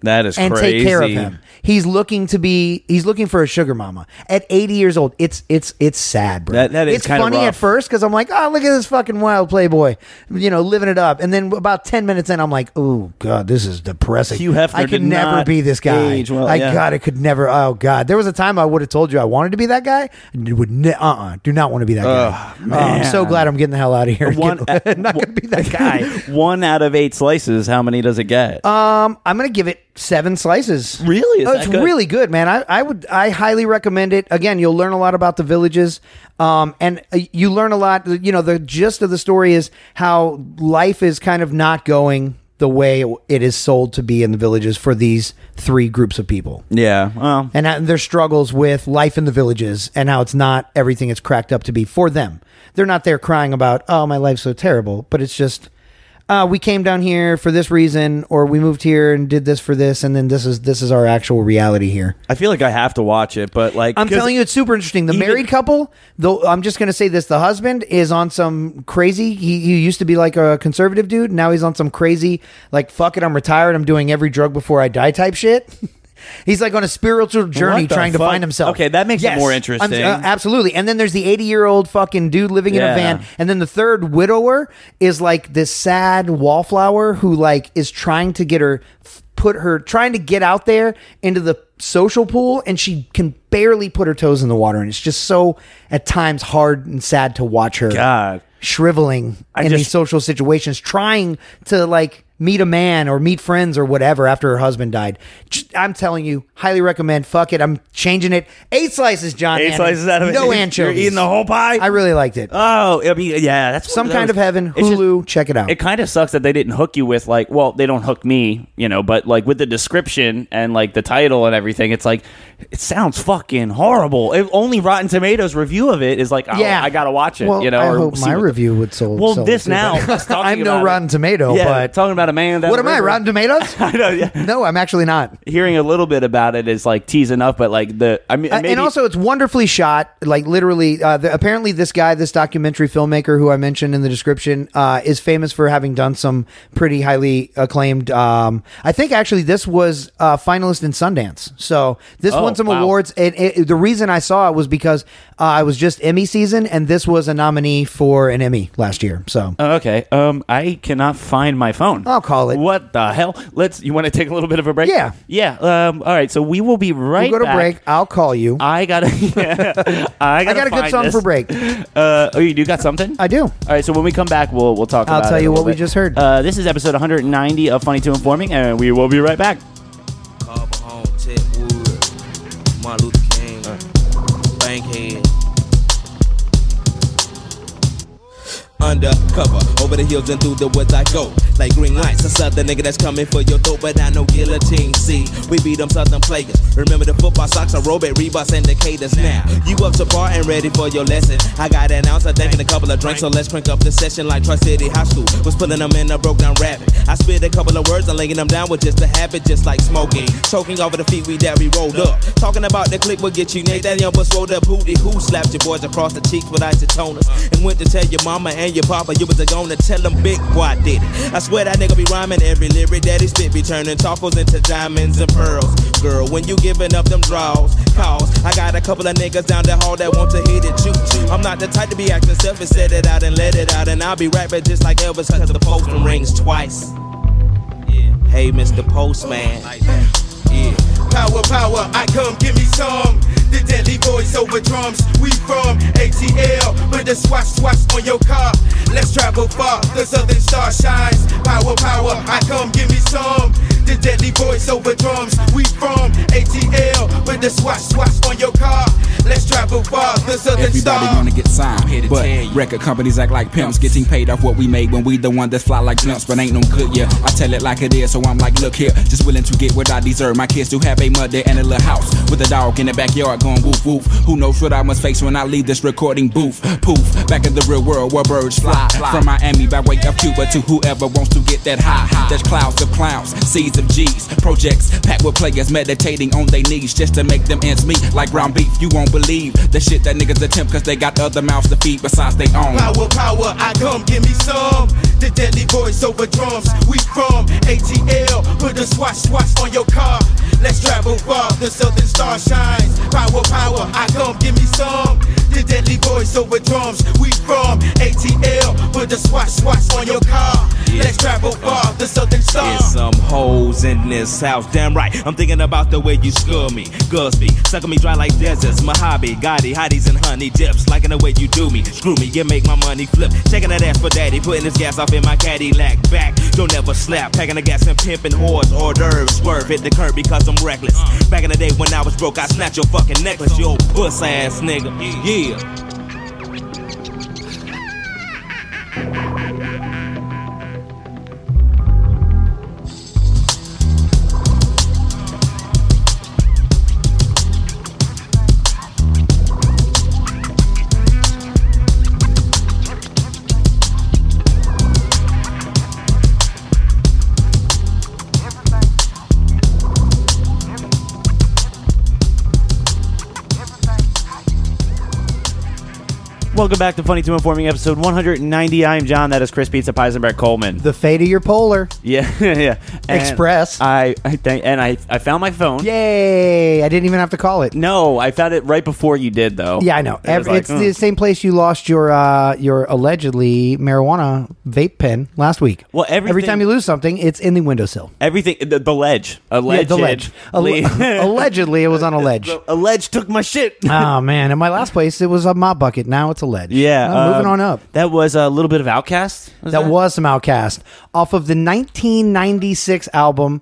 That is
and
crazy.
take care of him. He's looking to be he's looking for a sugar mama at 80 years old. It's it's it's sad, bro.
That- that is
it's
kinda
funny at
rough.
first cuz I'm like, "Oh, look at this fucking wild playboy, you know, living it up." And then about 10 minutes in, I'm like, "Oh god, this is depressing.
Hugh Hefner
I could
did
never
not
be this guy.
age well,
I
yeah.
god, I could never. Oh god. There was a time I would have told you I wanted to be that guy. and Would ne- uh-uh, do not want to be that guy. Oh, I'm so glad I'm getting the hell out of here.
One-
Get- not going to be that guy.
One out of eight slices. How many does it get?
Uh, I'm gonna give it seven slices.
Really? Is
Oh,
that
it's
good?
really good, man. I, I would I highly recommend it. Again, you'll learn a lot about the villages, um, and uh, you learn a lot. You know, the gist of the story is how life is kind of not going the way it is sold to be in the villages for these three groups of people,
yeah. Well,
and uh, their struggles with life in the villages, and how it's not everything it's cracked up to be for them. They're not there crying about, oh, my life's so terrible, but it's just uh, we came down here for this reason, or we moved here and did this for this, and then this is this is our actual reality here.
I feel like I have to watch it, but like
I'm
'cause-
telling you, it's super interesting. The
even-
married couple, though, I'm just going to say this: the husband is on some crazy. He, he used to be like a conservative dude. Now he's on some crazy, like fuck it, I'm retired. I'm doing every drug before I die type shit. he's like on a spiritual journey
What the
trying to
fuck?
find himself.
Okay, that makes it more
I'm-
interesting.
uh, absolutely. And then there's the 80 year old fucking dude living in
Yeah.
a van, and then the third widower is like this sad wallflower who like is trying to get her put her trying to get out there into the social pool and she can barely put her toes in the water and it's just so at times hard and sad to watch her
God.
shriveling in
just-
these social situations trying to like meet a man or meet friends or whatever after her husband died Ch- i'm telling you highly recommend fuck it i'm changing it eight slices john
Eight
Hannon.
slices out of it.
no
You're
anchovies
eating the whole pie?
i really liked it
Oh, I mean, yeah, that's
some
that
kind
was-
of heaven
it's just-
hulu check it out
it kind of sucks that they didn't hook you with like well they don't hook me you know but like with the description and like the title and everything it's like it sounds fucking horrible if only rotten tomatoes review of it is like oh,
Yeah.
i gotta watch it
Well,
you know
I
or
hope
see
my
what the-
review would sold.
well
sold
this
too,
now
but-
talking
I'm no
about it.
Rotten Tomato,
yeah,
but
talking about a man that
what am I,
river-
Rotten Tomatoes?
I know, yeah.
no, I'm actually not.
hearing a little bit about it is like teasing up but like the i mean
Uh,
maybe,
and also, it's wonderfully shot. Like literally, uh, the, apparently, this guy, this documentary filmmaker who I mentioned in the description, uh, is famous for having done some pretty highly acclaimed. Um, I think actually this was uh, finalist in Sundance. So this
Oh,
won some
wow.
awards. And it, the reason I saw it was because uh, I was just Emmy season, and this was a nominee for an Emmy last year. So
Oh, okay um i cannot find my phone
I'll call it.
what the hell let's you want to take a little bit of a break
Yeah.
yeah um all right so we will be right
we'll go to
back. Uh,
break. I'll call you.
I gotta. Yeah, I gotta.
I got a good
find
song
this.
for break.
Uh, oh, you do got something?
I do.
All right, so when we come back, we'll we'll talk.
I'll
about
tell
it a
you
little
what we
bit.
just heard.
Uh, this is episode 190 of Funny to Informing, and we will be right back.
Carver Home, Ted Wood, Martin Luther King, Bankhead. Undercover, over the hills and through the woods I go. Like green lights, I saw the nigga that's coming for your throat, but I know guillotine. See, we beat them southern players. Remember the football socks, I robe at Reeboks and the cadence now. You up to par and ready for your lesson. I got an ounce, I think, and a couple of drinks, so let's crank up the session like Tri City High School. Was pulling them in a broke down rabbit. I spit a couple of words and laying them down with just a habit, just like smoking. Choking over the feet we that we rolled up. Talking about the click will get you naked. That young boy rolled up hootie who slapped your boys across the cheeks with isotoners. And went to tell your mama and your papa you was a gonna tell them big boy I did it. I swear that nigga be rhyming every lyric that he spit be turning tacos into diamonds and pearls. Girl, when you giving up them draws, calls. I got a couple of niggas down the hall that want to hit it you. I'm not the type to be acting selfish, said it out and let it out. And I'll be right back just like Elvis, cause the postman rings twice. Hey, Mr. Postman. Yeah.
Power, power, I come, give me some. The deadly voice over drums, we from ATL. Put the swatch, swatch on your car.
Let's travel far, the southern star shines. Power, power, I come, give me some. The deadly voice over drums, we from ATL with the swatch, swatch on your car. Let's travel far, the southern
Everybody
star.
wanna get signed, but record companies act like pimps, getting paid off what we made when we the one that's fly like blimps, but ain't no good yeah. I tell it like it is, so I'm like, look here, just willing to get what I deserve. My kids do have a mother and a little house with a dog in the backyard going woof woof. Who knows what I must face when I leave this recording booth? Poof, back in the real world where birds fly, from Miami by way of Cuba to whoever wants to get that high. There's clouds of clowns, seeds of G's, projects packed with players meditating on their knees just to make them ends meet like ground beef. You won't believe the shit that niggas attempt because they got other mouths to feed besides their own.
Power, power, I come, give me some. The deadly voice over drums, we from ATL. Put a swatch, swatch on your car. Let's travel far, the southern star shines. Power, power, I come, give me some. The deadly voice over drums, we from ATL. Put a swatch, swatch on your car. Let's travel far, the southern star.
There's some hoes in this house, damn right. I'm thinking about the way you scum me, guts me, sucking me dry like deserts. My hobby, Gotti, hotties and honey dips. Liking the way you do me, screw me, you make my money flip. Shaking that ass for daddy, putting this gas off in my Cadillac back. Don't ever slap, packing the gas and pimping whores, hors d'oeuvres, swerve, hit the curb because I'm reckless. Back in the day when I was broke, I snatched your fucking necklace, you old puss ass nigga. Yeah.
Welcome back to Funny to Informing, episode 190. I am John. That is Chris Pizza Peisenberg Coleman.
The fate of your polar.
Yeah, yeah. And
Express.
I, I think, and I, I found my phone.
Yay! I didn't even have to call it.
No, I found it right before you did, though.
Yeah, I know.
It was
Every,
like,
it's
"Ugh."
the same place you lost your uh, your allegedly marijuana vape pen last week.
Well,
every
everything-
time you lose something, it's in the windowsill.
everything. The, the ledge. Alleged.
Yeah, the ledge. Alle- allegedly, it was on a ledge.
a ledge took my shit.
oh man! In my last place, it was on my bucket. Now it's a ledge.
Yeah,
Uh, moving
um,
on up.
That was a little bit of Outcast.
that, was some Outcast off of the 1996 album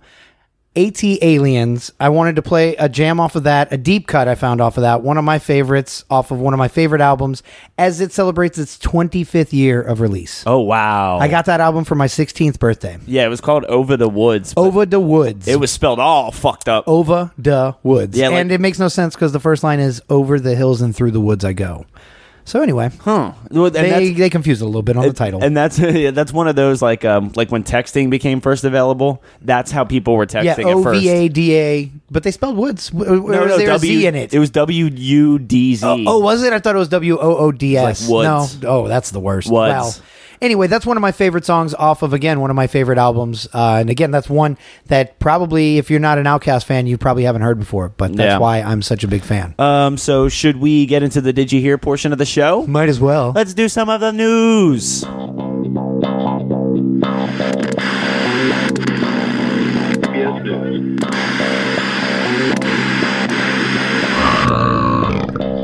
AT Aliens. I wanted to play a jam off of that, a deep cut I found off of that, one of my favorites off of one of my favorite albums as it celebrates its 25th year of release.
Oh wow!
I got that album for my 16th birthday.
yeah. It was called Over the Woods. but
Over the Woods.
It was spelled all fucked up.
Over the Woods.
Yeah, like-
and it makes no sense because the first line is over the hills and through the woods I go. So anyway,
Huh. Well, and
they,
that's-
they confuse it a little bit on the title.
And that's yeah, that's one of those like um like when texting became first available. That's how people were texting
yeah,
at
O
first.
V A D A, but they spelled woods. W- w- was there a
W-
Z in it?
It was W U D Z.
Oh, was it? I thought it was W O O D S.
It's like Woods.
No. Oh, that's the worst.
Woods.
Wow. Anyway, that's one of my favorite songs off of again one of my favorite albums, uh, and again that's one that probably if you're not an Outcast fan, you probably haven't heard before. But that's
Yeah.
why I'm such a big fan.
Um, so should we get into the Did You Hear portion of the show?
Might as well.
Let's do some of the news.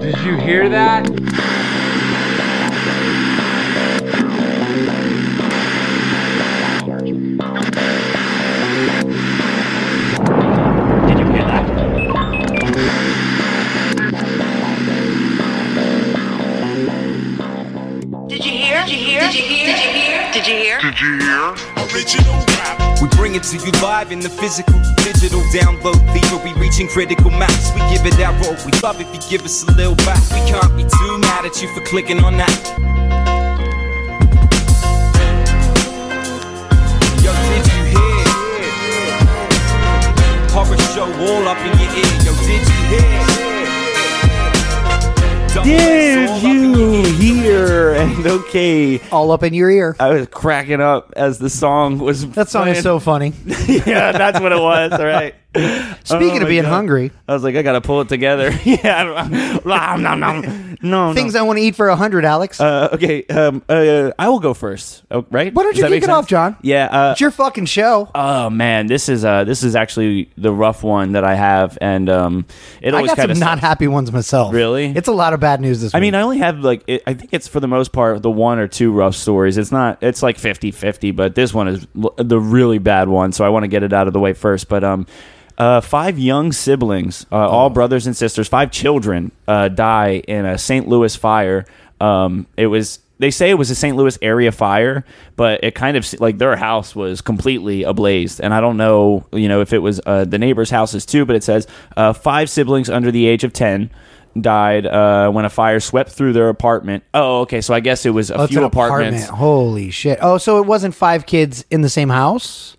Did you hear that?
Did you hear? Did you hear? Did you hear? Did you hear? Did you hear?
Original rap.
We bring it to you live in the physical, digital download lever. We reaching critical mass. We give it that roll. We love if you give us a little back. We can't be too mad at you for clicking on that. Yo, did you hear? Horror show all up in your ear. Yo, did you hear?
Did you hear? And okay,
All up in your ear.
I was cracking up as the song was.
That song is so funny.
yeah, that's what it was. All right.
Speaking
Oh
of
my
being
God.
hungry,
I was like, I gotta pull it together. yeah, nom, nom, nom. no,
things I want to eat for a hundred, Alex.
Uh, okay, um, uh, I will go first. Oh, right?
Why don't
Does
you
that
kick
make
it
sense?
off, John?
Yeah. Uh,
it's your fucking show.
oh man, this is uh, this is actually the rough one that I have, and um, it
I
always
got
kind
some
of
not happy ones myself.
Really?
It's a lot of bad news this
I
week.
mean, I only have like it, I think it's for the most part the one or two rough stories. It's not it's like 50-50, but this one is l- the really bad one, so I want to get it out of the way first. But um uh, five young siblings, uh, all brothers and sisters, five children uh, die in a St. Louis fire. Um, it was they say it was a St. Louis area fire, but it kind of se- like their house was completely ablaze, and I don't know, you know, if it was uh, the neighbors' houses too. But it says uh, five siblings under the age of ten died uh, when a fire swept through their apartment. Oh, okay, so I guess it was a
Oh, it's
few
an
apartments.
apartment. Holy shit! Oh, so it wasn't five kids in the same house,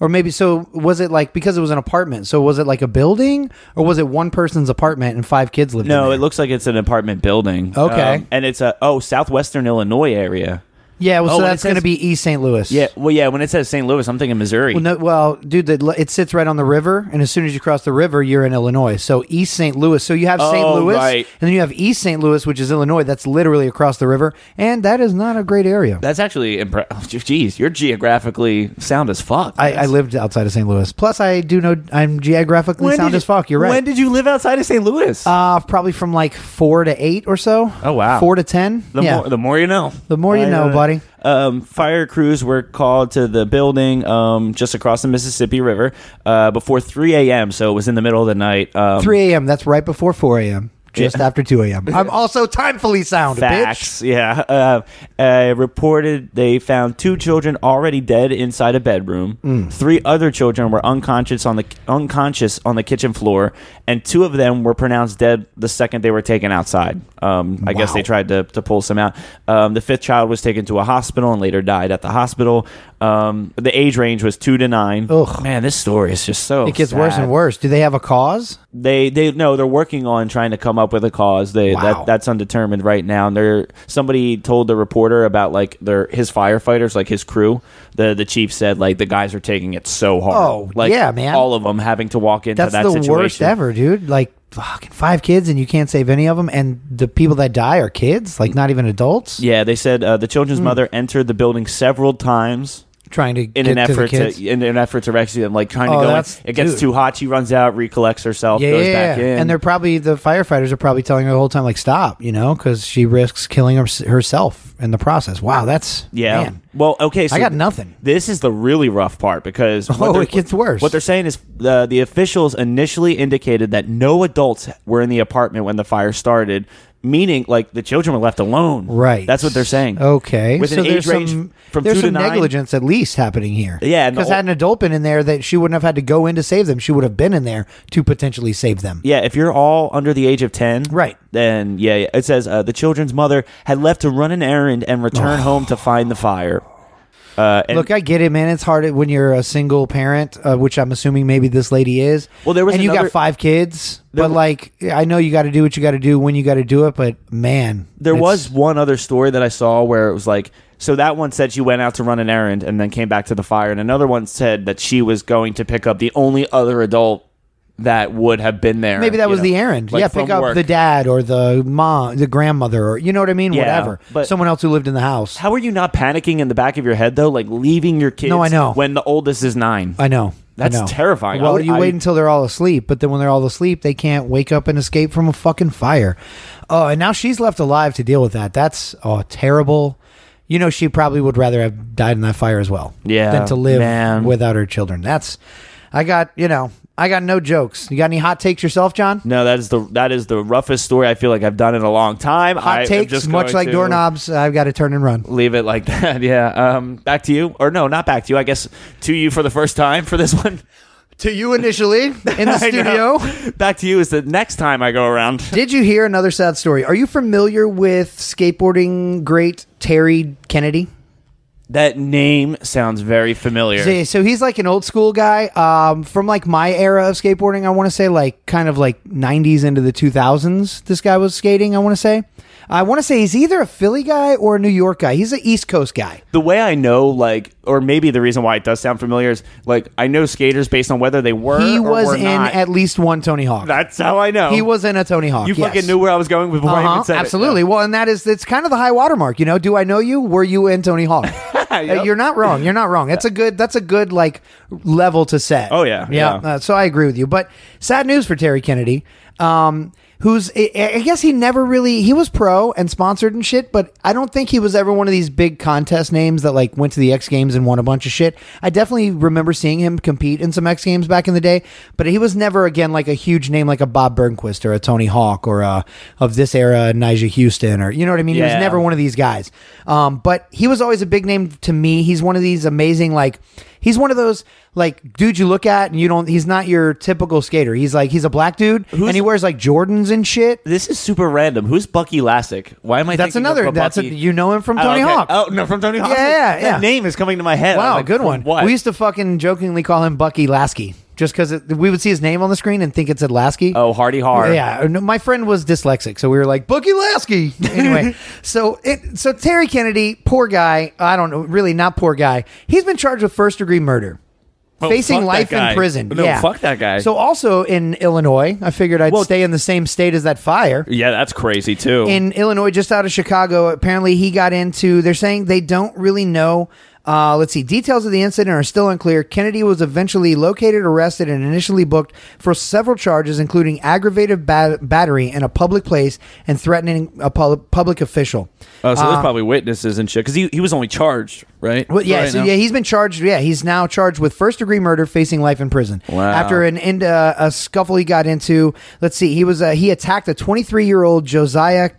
or maybe so was it like because it was an apartment? So was it like a building, or was it one person's apartment and five kids lived? in
No,
there?
it looks like it's an apartment building.
Okay.
Um, and it's a oh southwestern Illinois area.
yeah. Well,
Oh,
so
when it
that's going to
says-
be East St. Louis.
Yeah, well, yeah. When it says St. Louis, I'm thinking Missouri.
Well, no, well, dude, the, it sits right on the river, and as soon as you cross the river, you're in Illinois. So East St. Louis. So you have St.
Oh,
Louis,
right.
and then you have East St. Louis, which is Illinois. That's literally across the river, and that is not a great area.
That's actually impressive. Jeez, you're geographically sound as fuck.
I, I lived outside of St. Louis. Plus, I do know I'm geographically
When
sound
did
as
you-
fuck. You're right.
when did you live outside of St. Louis?
Uh, probably from like four to eight or so.
Oh, wow.
four to ten.
The
yeah,
more the more you know.
The more you
I,
know,
uh,
buddy.
Um, fire crews were called to the building um, just across the Mississippi River uh, before 3 a.m. So it was in the middle of the night. Um,
three a.m. That's right before four a.m. Just after two a.m. I'm also timefully sound, bitch.
Facts, yeah. Uh, uh, reported they found two children already dead inside a bedroom.
Mm.
Three other children were unconscious on the unconscious on the kitchen floor, and two of them were pronounced dead the second they were taken outside. Um, I guess
Wow.
they tried to, to pull some out. Um, the fifth child was taken to a hospital and later died at the hospital. Um, the age range was two to nine. Ugh. Man, this story is just so.
It gets worse
sad
and worse. Do they have a cause?
they they no they're working on trying to come up with a cause they that that's undetermined right now and they're somebody told the reporter about like their his firefighters like his crew the the chief said like the guys are taking it so hard
Oh,
like
yeah, man.
all of them having to walk into
That's
that
the
situation
worst ever, dude. Like fucking five kids, and you can't save any of them. And the people that die are kids, like not even adults.
yeah they said uh, the children's
Hmm.
mother entered the building several times
Trying to
in an
get to the
effort
kids.
to in an effort to rescue them like trying
Oh,
to go in.
that's-
it gets
dude.
too hot she runs out recollects herself
Yeah,
goes
yeah,
back
yeah.
in
and they're probably the firefighters are probably telling her the whole time like stop, you know, because she risks killing her, herself in the process. Wow, that's
Yeah.
man.
Well, okay. So
got nothing.
This is the really rough part because what
Oh,
they're-
it gets worse.
What they're saying is the the officials initially indicated that no adults were in the apartment when the fire started, meaning like the children were left alone.
Right.
That's what they're saying.
Okay.
With an age range from
there's
two to
some
nine.
negligence at least happening here.
Yeah, and the
Because
ol-
had an adult been in there that she wouldn't have had to go in to save them. She would have been in there to potentially save them.
Yeah, if you're all under the age of 10, right. Then yeah, yeah. it says uh, the children's mother had left to run an errand and return home to find the fire. Uh, and
Look, I get it, man. It's hard when you're a single parent, uh, which I'm assuming maybe this lady is.
Well, there was
and you
another-
got five kids, but like I know you got to do what you got to do when you got to do it. But man,
There
it's-
was one other story that I saw where it was like, so that one said she went out to run an errand and then came back to the fire, and another one said that she was going to pick up the only other adult that would have been there.
Maybe that
you
was
know,
the errand.
like
yeah, pick
from
up
work.
the dad or the mom, the grandmother, or you know what I mean.
Yeah,
Whatever.
but-
Someone else who lived in the house.
How are you not panicking in the back of your head though, like leaving your kids?
No, I know.
When the oldest is nine,
I know. I
That's
know.
terrifying. I
Well,
would-
you
I-
wait until they're all asleep, but then when they're all asleep, they can't wake up and escape from a fucking fire. Oh, and now she's left alive to deal with that. That's oh terrible. You know, she probably would rather have died in that fire as well.
Yeah,
Than to live
man.
without her children. That's I got, you know, I got no jokes. You got any hot takes yourself, John?
No, that is the that is the roughest story I feel like I've done in a long time. I
Hot
am
takes,
just
much
going
like
to-
doorknobs, I've got to turn and run.
Leave it like that. Yeah. Um, back to you, or no, not back to you. I guess to you for the first time for this one.
To you initially in the
I
studio.
know. Back to you is the next time I go around.
Did you hear another sad story? Are you familiar with skateboarding great Terry Kennedy?
That name sounds very familiar.
So, so he's like an old school guy um, from like my era of skateboarding. I want to say like kind of like 90s into the 2000s. This guy was skating. I want to say. I want to say he's either a Philly guy or a New York guy. He's an East Coast guy.
the way I know, like, or maybe the reason why it does sound familiar is like I know skaters based on whether they were
he
or
was
were
in
not.
at least one Tony Hawk.
That's how I know.
He was in a Tony Hawk.
You
yes.
fucking knew where I was going before I even
Uh-huh,
said
absolutely. Well, and that is it's kind of the high watermark. You know, do I know you? Were you in Tony Hawk? Uh,
Yep.
You're not wrong. You're not wrong. It's a good. That's a good like level to set.
Oh, yeah,
yeah.
yeah.
Uh, so I agree with you. But sad news for Terry Kennedy. Um, who's I I guess he never really he was pro and sponsored and shit, but I don't think he was ever one of these big contest names that like went to the X Games and won a bunch of shit. I definitely remember seeing him compete in some X Games back in the day, but he was never again like a huge name like a Bob Burnquist or a Tony Hawk or a, of this era Nigel Houston or you know what I mean. He
Yeah.
was never one of these guys, um, but he was always a big name to me. He's one of these amazing like. He's one of those like dude you look at and you don't. He's not your typical skater. He's like he's a black dude and he wears like Jordans and shit.
This is super random. Who's Bucky Lassick? Why am I?
That's
thinking
another.
Of
That's a,
Bucky?
you know him from
Oh,
Tony
okay.
Hawk.
Oh no, from Tony Hawk.
Yeah,
That
yeah, yeah.
name is coming to my head.
Wow,
I'm like,
good
from
one.
What?
We used to fucking jokingly call him Bucky Lasky just because we would see his name on the screen and think it's at Lasky.
oh, Hardy Hard.
Yeah, uh, no, my friend was dyslexic, so we were like Bucky Lasky. Anyway, so it so Terry Kennedy, poor guy. I don't know, really not poor guy. He's been charged with first degree murder,
Oh, fuck
facing
that
life
guy.
in prison.
No,
yeah,
fuck that guy.
So also in Illinois, I figured I'd stay in the same state as that fire
Yeah, that's crazy too.
in Illinois, just out of Chicago. Apparently, he got into. They're saying they don't really know. Uh, let's see. Details of the incident are still unclear. Kennedy was eventually located, arrested, and initially booked for several charges, including aggravated bat- battery in a public place and threatening a pub- public official.
oh, so there's
Uh,
probably witnesses and shit because he, he was only charged, right?
well, yeah,
Right
so
now.
yeah, he's been charged. Yeah, he's now charged with first degree murder, facing life in prison.
Wow.
After an end, uh, a scuffle he got into. Let's see, he was uh, he attacked a 23 year old Josiah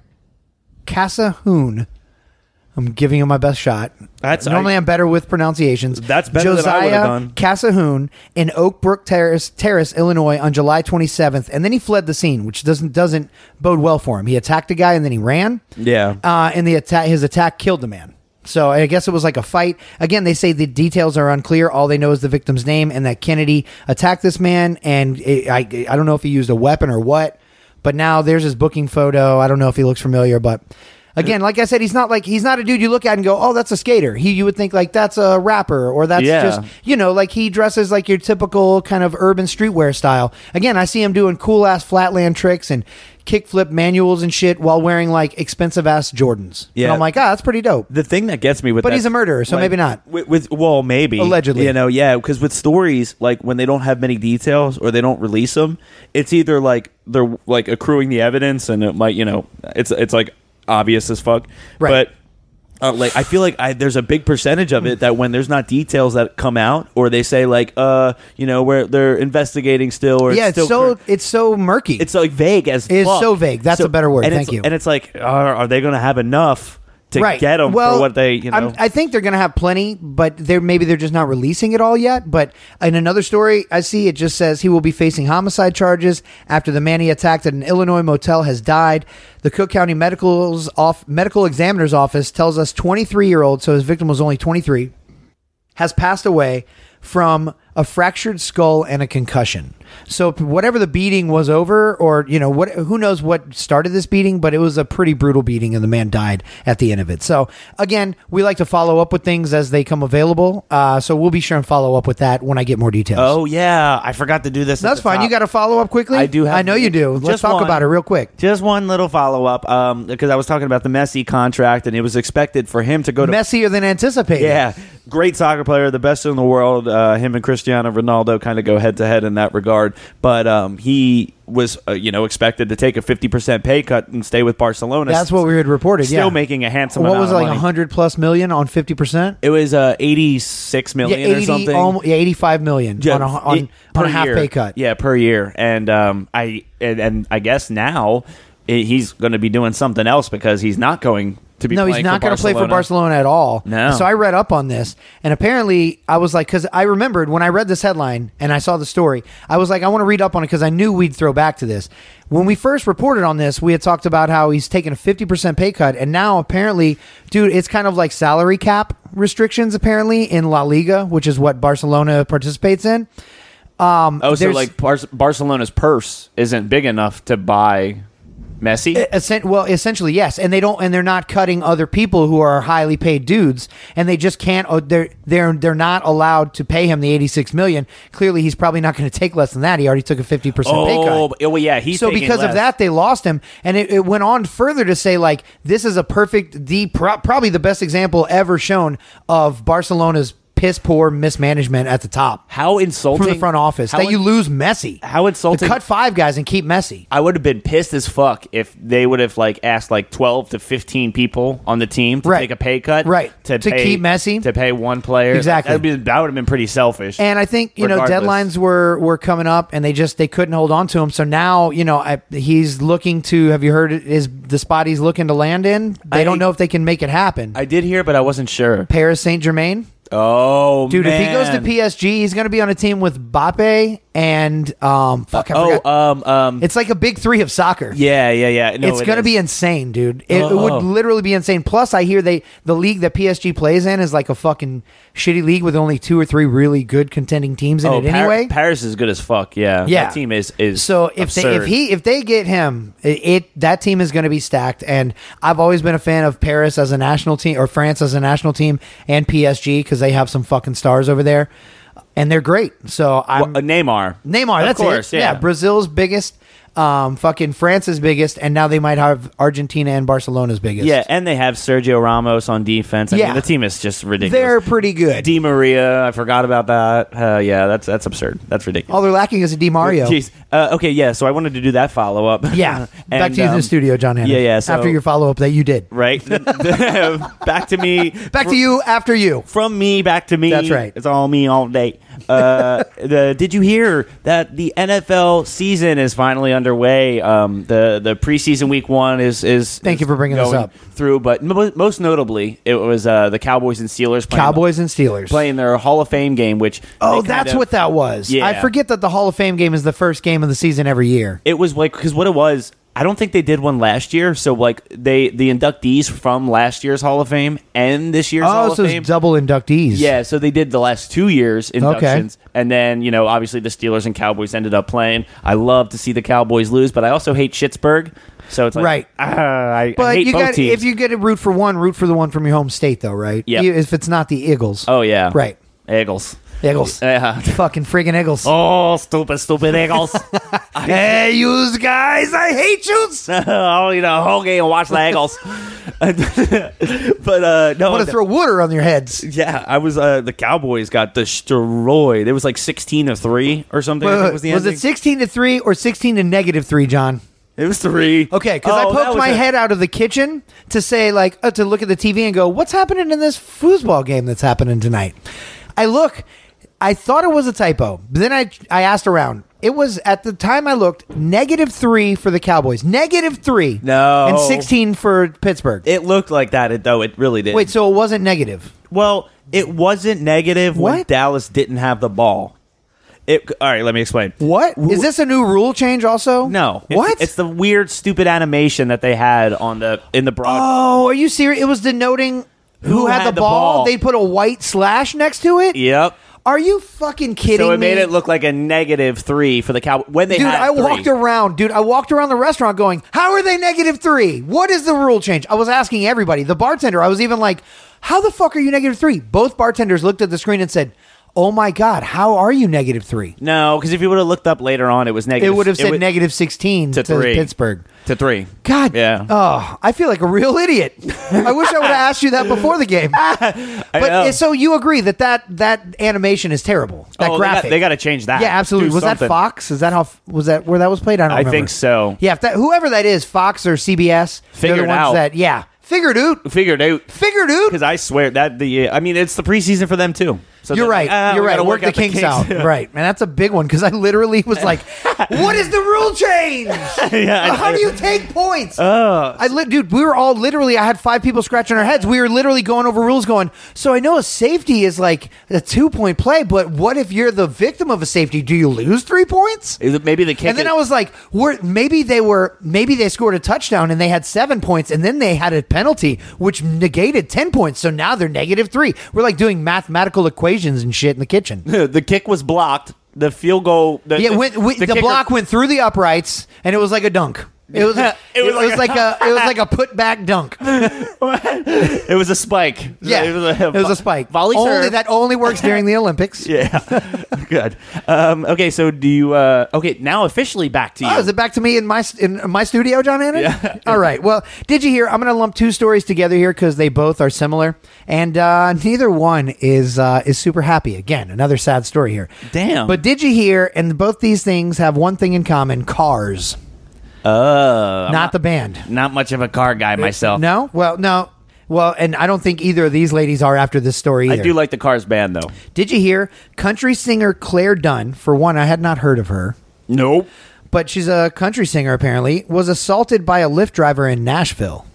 Casahoon. I'm giving him my best shot.
That's-
normally
I-
am better with pronunciations.
That's better than I
Josiah
would've done.
Casahoon in Oak Brook Terrace, Terrace, Illinois, on July 27th, and then he fled the scene, which doesn't doesn't bode well for him. He attacked a guy and then he ran.
Yeah.
Uh, and the attack, his attack killed the man. So I guess it was like a fight. Again, they say the details are unclear. All they know is the victim's name and that Kennedy attacked this man. And it, I, I don't know if he used a weapon or what. But now there's his booking photo. I don't know if he looks familiar, but again, like I said, he's not like he's not a dude you look at and go, "Oh, that's a skater." He you would think like that's a rapper or that's
Yeah.
just you know, like he dresses like your typical kind of urban streetwear style. Again, I see him doing cool ass flatland tricks and kickflip manuals and shit while wearing like expensive ass Jordans. Yeah.
Yeah.
And I'm like, ah, that's pretty dope.
the thing that gets me with
But
that-
he's a murderer, so
like,
maybe not.
with, with well maybe
Allegedly.
you know yeah because with stories like when they don't have many details or they don't release them it's either like they're like accruing the evidence and it might you know it's it's like obvious as fuck
Right.
but uh, like I feel like I, there's a big percentage of it that when there's not details that come out, or they say like, uh, you know, where they're investigating still, or
yeah,
it's
it's
still
so
cur-
it's so murky.
it's like vague as
It is
fuck.
so vague. That's a better word.
and
Thank
it's-
you.
And it's like, are, are they going to have enough to get them for what they you know?
I'm- I think they're going to have plenty, but they're maybe they're just not releasing it all yet. But in another story, I see it just says he will be facing homicide charges after the man he attacked at an Illinois motel has died. The Cook County Medical's off medical examiner's office tells us 23 year old, so his victim was only 23, has passed away from a fractured skull and a concussion. So whatever the beating was over or you know what who knows what started this beating but it was a pretty brutal beating and the man died at the end of it. So again, we like to follow up with things as they come available. Uh, so we'll be sure and follow up with that when I get more details.
Oh yeah, I forgot to do this. at
That's
the
fine.
top.
You got to follow up quickly?
I do. Have
I know you do. Let's
Just
talk
one-
about it real quick.
Just one little follow up, um, because I was talking about the Messi contract, and it was expected for him to go to
Messier than anticipated.
yeah, great soccer player, the best in the world. Uh, him and Cristiano Ronaldo kind of go head to head in that regard. But um, he was, uh, you know, expected to take a fifty percent pay cut and stay with Barcelona.
That's what we had reported.
Still
yeah.
making a handsome.
What
amount
was it,
of
like
money.
100 plus million on 50%?
It was uh, eighty six million
yeah, 80,
or something.
almo- yeah, 85 million
Yeah,
on a, on,
it-
on
per
a half
year.
pay cut.
Yeah, per year. And um, I and, and I guess now i he's going to be doing something else because he's not going to be.
no, he's
playing
not
for
going to play for Barcelona at all.
No.
So I read up on this, and apparently I was like, because I remembered when I read this headline and I saw the story, I was like, I want to read up on it because I knew we'd throw back to this. When we first reported on this, we had talked about how he's taken a fifty percent pay cut, and now apparently, dude, it's kind of like salary cap restrictions apparently in La Liga, which is what Barcelona participates in. Um,
Oh, so
there's-
like Bar- Barcelona's purse isn't big enough to buy Messi.
Essen- well, essentially, yes, and they don't, and they're not cutting other people who are highly paid dudes, and they just can't. oh, They're they're they're not allowed to pay him the eighty six million. Clearly, he's probably not going to take less than that. He already took a fifty percent pay cut
oh, but- oh, yeah, he's
so
taking
because
less.
of that they lost him and it, it went on further to say like this is a perfect the pro- probably the best example ever shown of barcelona's piss poor mismanagement at the top
how insulting
from the front office
how
that you
in-
lose messi
how insulting
cut five guys and keep messi
I would have been pissed as fuck if they would have like asked like twelve to fifteen people on the team to take a pay cut, right? To,
To
pay-
keep Messi.
to pay one player
Exactly.
That'd be- that would have been pretty selfish.
and I think you
Regardless.
know deadlines were were coming up, and they just they couldn't hold on to him. So now you know I, he's looking to. Have you heard? it- Is the spot he's looking to land in? They
I-
don't know if they can make it happen.
I did hear, but I wasn't sure.
Paris Saint Germain.
Oh,
Dude, if he
man.
goes to PSG, he's going to be on a team with Bappe and um, fuck, I
oh,
forgot.
um, um,
it's like a big three of soccer.
yeah, yeah, yeah. No,
it's
it
going to
is.
be insane, dude. It,
Oh.
would literally be insane. Plus, I hear they the league that PSG plays in is like a fucking shitty league with only two or three really good contending teams in
Oh,
it
Par-
anyway.
Paris is good as fuck. Yeah,
Yeah.
That team is is
So if they, if
absurd.
he if they get him, it, it that team is going to be stacked. And I've always been a fan of Paris as a national team or France as a national team and PSG because they have some fucking stars over there, and they're great. So
Well,
I'm
uh, Neymar,
Neymar.
Of
that's
course,
it.
yeah.
Brazil's biggest. Um, fucking France's biggest, and now they might have Argentina and Barcelona's biggest.
yeah, and they have Sergio Ramos on defense. I
Yeah.
mean, the team is just ridiculous.
they're pretty good.
Di Maria, I forgot about that. Uh, yeah, that's that's absurd. That's ridiculous.
All they're lacking is a Di Mario.
Jeez. Uh, okay, yeah. So I wanted to do that follow up.
Oh, Yeah, back to you in the studio, John. Hanna,
um, Yeah, yeah. So,
after your follow up that you did,
right. back to me.
back to you after you.
From me back to me.
That's right.
It's all me all day. Uh, the, did you hear that the NFL season is finally underway? Um, the the preseason week one is is.
Thank
is
you for bringing this
going
up.
through, but mo- most notably, it was uh, the Cowboys and Steelers. Playing,
Cowboys and Steelers.
playing their Hall of Fame game, which
Oh,
they kind
that's
of-
what that was.
Yeah.
I forget that the Hall of Fame game is the first game of the season every year.
It was like because what it was, I don't think they did one last year. So like they the inductees from last year's Hall of Fame and this year's Hall
Oh,
of
so
Fame.
it's double inductees.
yeah, so they did the last two years inductions, and then you know obviously the Steelers and Cowboys ended up playing. I love to see the Cowboys lose, but I also hate Pittsburgh. So it's like,
Right.
ah, I, I
But
hate
you
both
got
teams.
if you get to root for one, root for the one from your home state, though, right?
Yep.
You- If it's not the Eagles.
oh yeah,
Right.
Eagles,
Eagles.
Yeah.
Fucking friggin' Eagles.
Oh, stupid, stupid Eagles.
Hey, you guys, I hate yous. I
oh, you know, whole game and watch the Eagles. but uh, no,
want
no.
to throw water on your heads.
Yeah, I was. Uh, the Cowboys got destroyed. It was like sixteen to three or something. I
Wait,
think
wait,
was the
was
ending.
it 16 to 3 or 16 to negative 3, John?
It was three.
Okay, because
Oh,
I
that
poked
was
my
it.
head out of the kitchen to say, like, uh, to look at the TV and go, what's happening in this foosball game that's happening tonight? I look, I thought it was a typo. But then I, I asked around. It was, at the time I looked, negative three for the Cowboys. Negative three.
No.
And 16 for Pittsburgh.
It looked like that, it- though. It really did.
Wait, so it wasn't negative.
well, it wasn't negative when
What?
Dallas didn't have the ball. It. All right, let me explain.
What? Is this a new rule change also?
No. It's-
What?
It's, the weird, stupid animation that they had on the in the broad.
oh, are you serious? It was denoting who, had, the, ball. They put a white slash next to it?
Yep.
Are you fucking kidding
So it
me?
made it look like a negative three for the Cowboys when they
Dude,
had
I
three.
walked around. Dude, I walked around the restaurant going, "How are they negative three? What is the rule change?" I was asking everybody. The bartender, I was even like, "How the fuck are you negative three? Both bartenders looked at the screen and said, "Oh my god, how are you negative three?
No, because if you would have looked up later on, it was
It
negative.
would have said
wa-
negative sixteen to,
to three
Pittsburgh.
to three.
God,
Yeah.
Oh, I feel like a real idiot. I wish I would have asked you that before the game. but
know.
so you agree that that that animation is terrible.
Oh,
That
they got-
graphic.
they gotta change that.
Yeah, absolutely.
Do
was that
something.
Fox? Is that how was that where that was played? I don't.
I
remember.
think so.
Yeah, if that whoever that is, Fox or CBS, they're
Figure
the
it
ones
out.
that yeah. Figured out.
Figured out.
Figured out.
Because I swear that the I mean it's the preseason for them too. So
You're
they're
right.
like, ah,
You're
we
right.
gotta
Work, the
out
kinks, out. Right. And that's a big one because I literally was like, what is the rule change?
Yeah, I-
How do you take points?
Oh.
I lit, dude, we were all literally, I had five people scratching our heads. We were literally going over rules going, so I know a safety is like a two point play, but what if you're the victim of a safety? Do you lose three points?
Is it- Maybe the kick.
and then
is-
I was like, "Were maybe they were maybe they scored a touchdown and they had seven points, and then they had a penalty which negated ten points, so now they're negative three. We're like doing mathematical equations and shit in the kitchen.
the kick was blocked. The field goal. The,
yeah, went, we, the,
kicker-
block went through the uprights, and it was like a dunk. It was it, was, like, a, it was like a put back dunk.
It was a spike.
Yeah,
it was a,
spike.
Volley
only
serve.
that only works during the Olympics.
Yeah, good. Um, okay, so do you? Uh, okay, now officially back to you.
Oh, is it back to me in my in my studio, John Hannon?
Yeah.
All right. Well, did you hear? I'm going to lump two stories together here because they both are similar, and uh, neither one is uh, is super happy. Again, another sad story here.
Damn.
But did you hear? And both these things have one thing in common: cars.
Uh,
Not, the band.
Not much of a car guy myself.
No. Well, no. Well, and I don't think either of these ladies are after this story.
I
either.
do like the Cars band though.
Did you hear? Country singer Claire Dunn, for one, I had not heard of her.
Nope.
But she's a country singer, apparently, was assaulted by a Lyft driver in Nashville.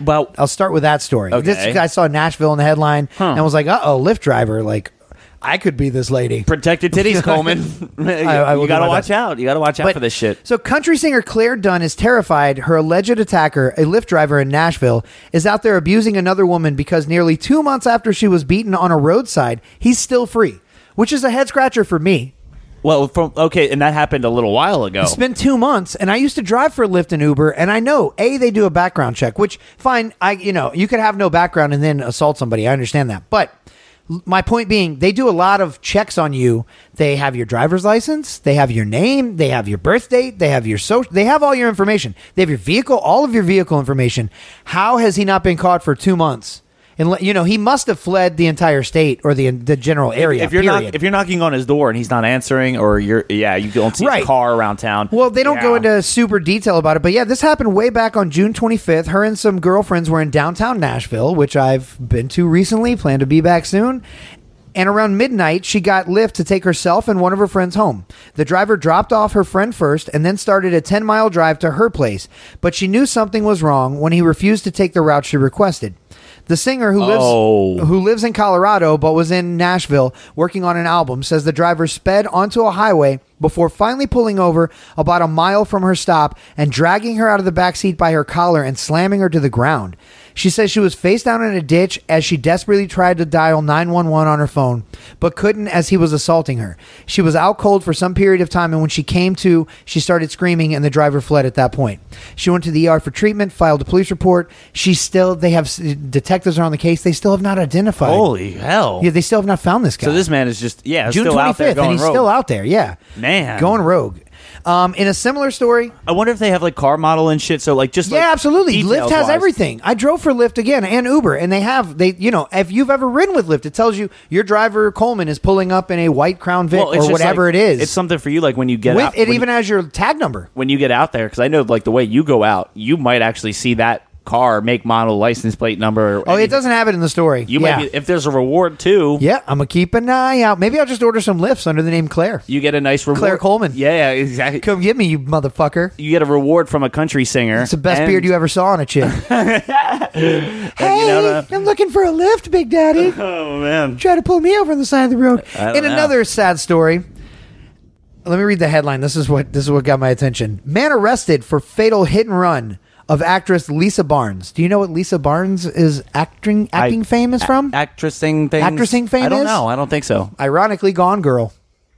Well,
I'll start with that story. This
Okay.
guy saw Nashville in the headline and was like, uh oh, Lyft driver. Like, I could be this lady.
Protected titties, Coleman. you
I will do
gotta
my
watch
best.
out. You gotta watch out
But-
for this shit.
So, country singer Claire Dunn is terrified her alleged attacker, a Lyft driver in Nashville, is out there abusing another woman because nearly two months after she was beaten on a roadside, he's still free, which is a head scratcher for me.
Well, from okay, and that happened a little while ago.
It's been two months, and I used to drive for Lyft and Uber, and I know a they do a background check, which fine. I you know you could have no background and then assault somebody. I understand that, but l- my point being, they do a lot of checks on you. They have your driver's license, they have your name, they have your birth date, they have your social, they have all your information, they have your vehicle, all of your vehicle information. How has he not been caught for two months? And le- you know he must have fled the entire state or the the general area.
if you're
period.
not if you're knocking on his door and he's not answering, or you're yeah, you don't see
Right.
a car around town.
Well, they don't go
Yeah.
into super detail about it, but yeah, this happened way back on June 25th. Her and some girlfriends were in downtown Nashville, which I've been to recently, plan to be back soon. And around midnight, she got Lyft to take herself and one of her friends home. The driver dropped off her friend first and then started a 10 mile drive to her place, but she knew something was wrong when he refused to take the route she requested. The singer who lives
Oh.
who lives in Colorado but was in Nashville working on an album, says the driver sped onto a highway before finally pulling over about a mile from her stop and dragging her out of the backseat by her collar and slamming her to the ground. She says she was face down in a ditch as she desperately tried to dial 911 on her phone, but couldn't as he was assaulting her. She was out cold for some period of time, and when she came to, she started screaming, and the driver fled at that point. She went to the ER for treatment, filed a police report. She still, they have detectives are on the case. They still have not identified.
Holy hell!
Yeah, they still have not found this guy.
so this man is just yeah,
June
still out there going
and he's
rogue.
still out there. Yeah,
Man.
going rogue. Um, in a similar story,
I wonder if they have like car model and shit. So like just
yeah,
like,
absolutely. Lyft has
details-wise.
everything. I drove for Lyft again and Uber, and they have they you know if you've ever ridden with Lyft, it tells you your driver Coleman is pulling up in a white Crown Vic
Well, it's
or
just,
whatever
like,
it is.
It's something for you like when you get
with
out,
it
when-
even has your tag number.
when you get out there because I know like the way you go out, you might actually see that car, make, model, license plate number. or
Oh, it
anything.
doesn't have it in the story.
You
yeah.
might be, if there's a reward too.
yeah, I'm gonna keep an eye out. Maybe I'll just order some lifts under the name Claire.
You get a nice reward.
Claire Coleman.
Yeah, yeah, exactly.
Come get me, you motherfucker.
You get a reward from a country singer.
It's the best
and-
beard you ever saw on a chick. hey,
know the-
I'm looking for a lift, Big Daddy.
Oh man.
try to pull me over on the side of the road.
I don't
In
know.
another sad story, let me read the headline. This is what this is what got my attention. Man arrested for fatal hit and run of actress Lisa Barnes. Do you know what Lisa Barnes is acting acting fame is from?
Actressing things.
Actressing fame
I don't
is?
know. I don't think so.
Ironically, Gone Girl.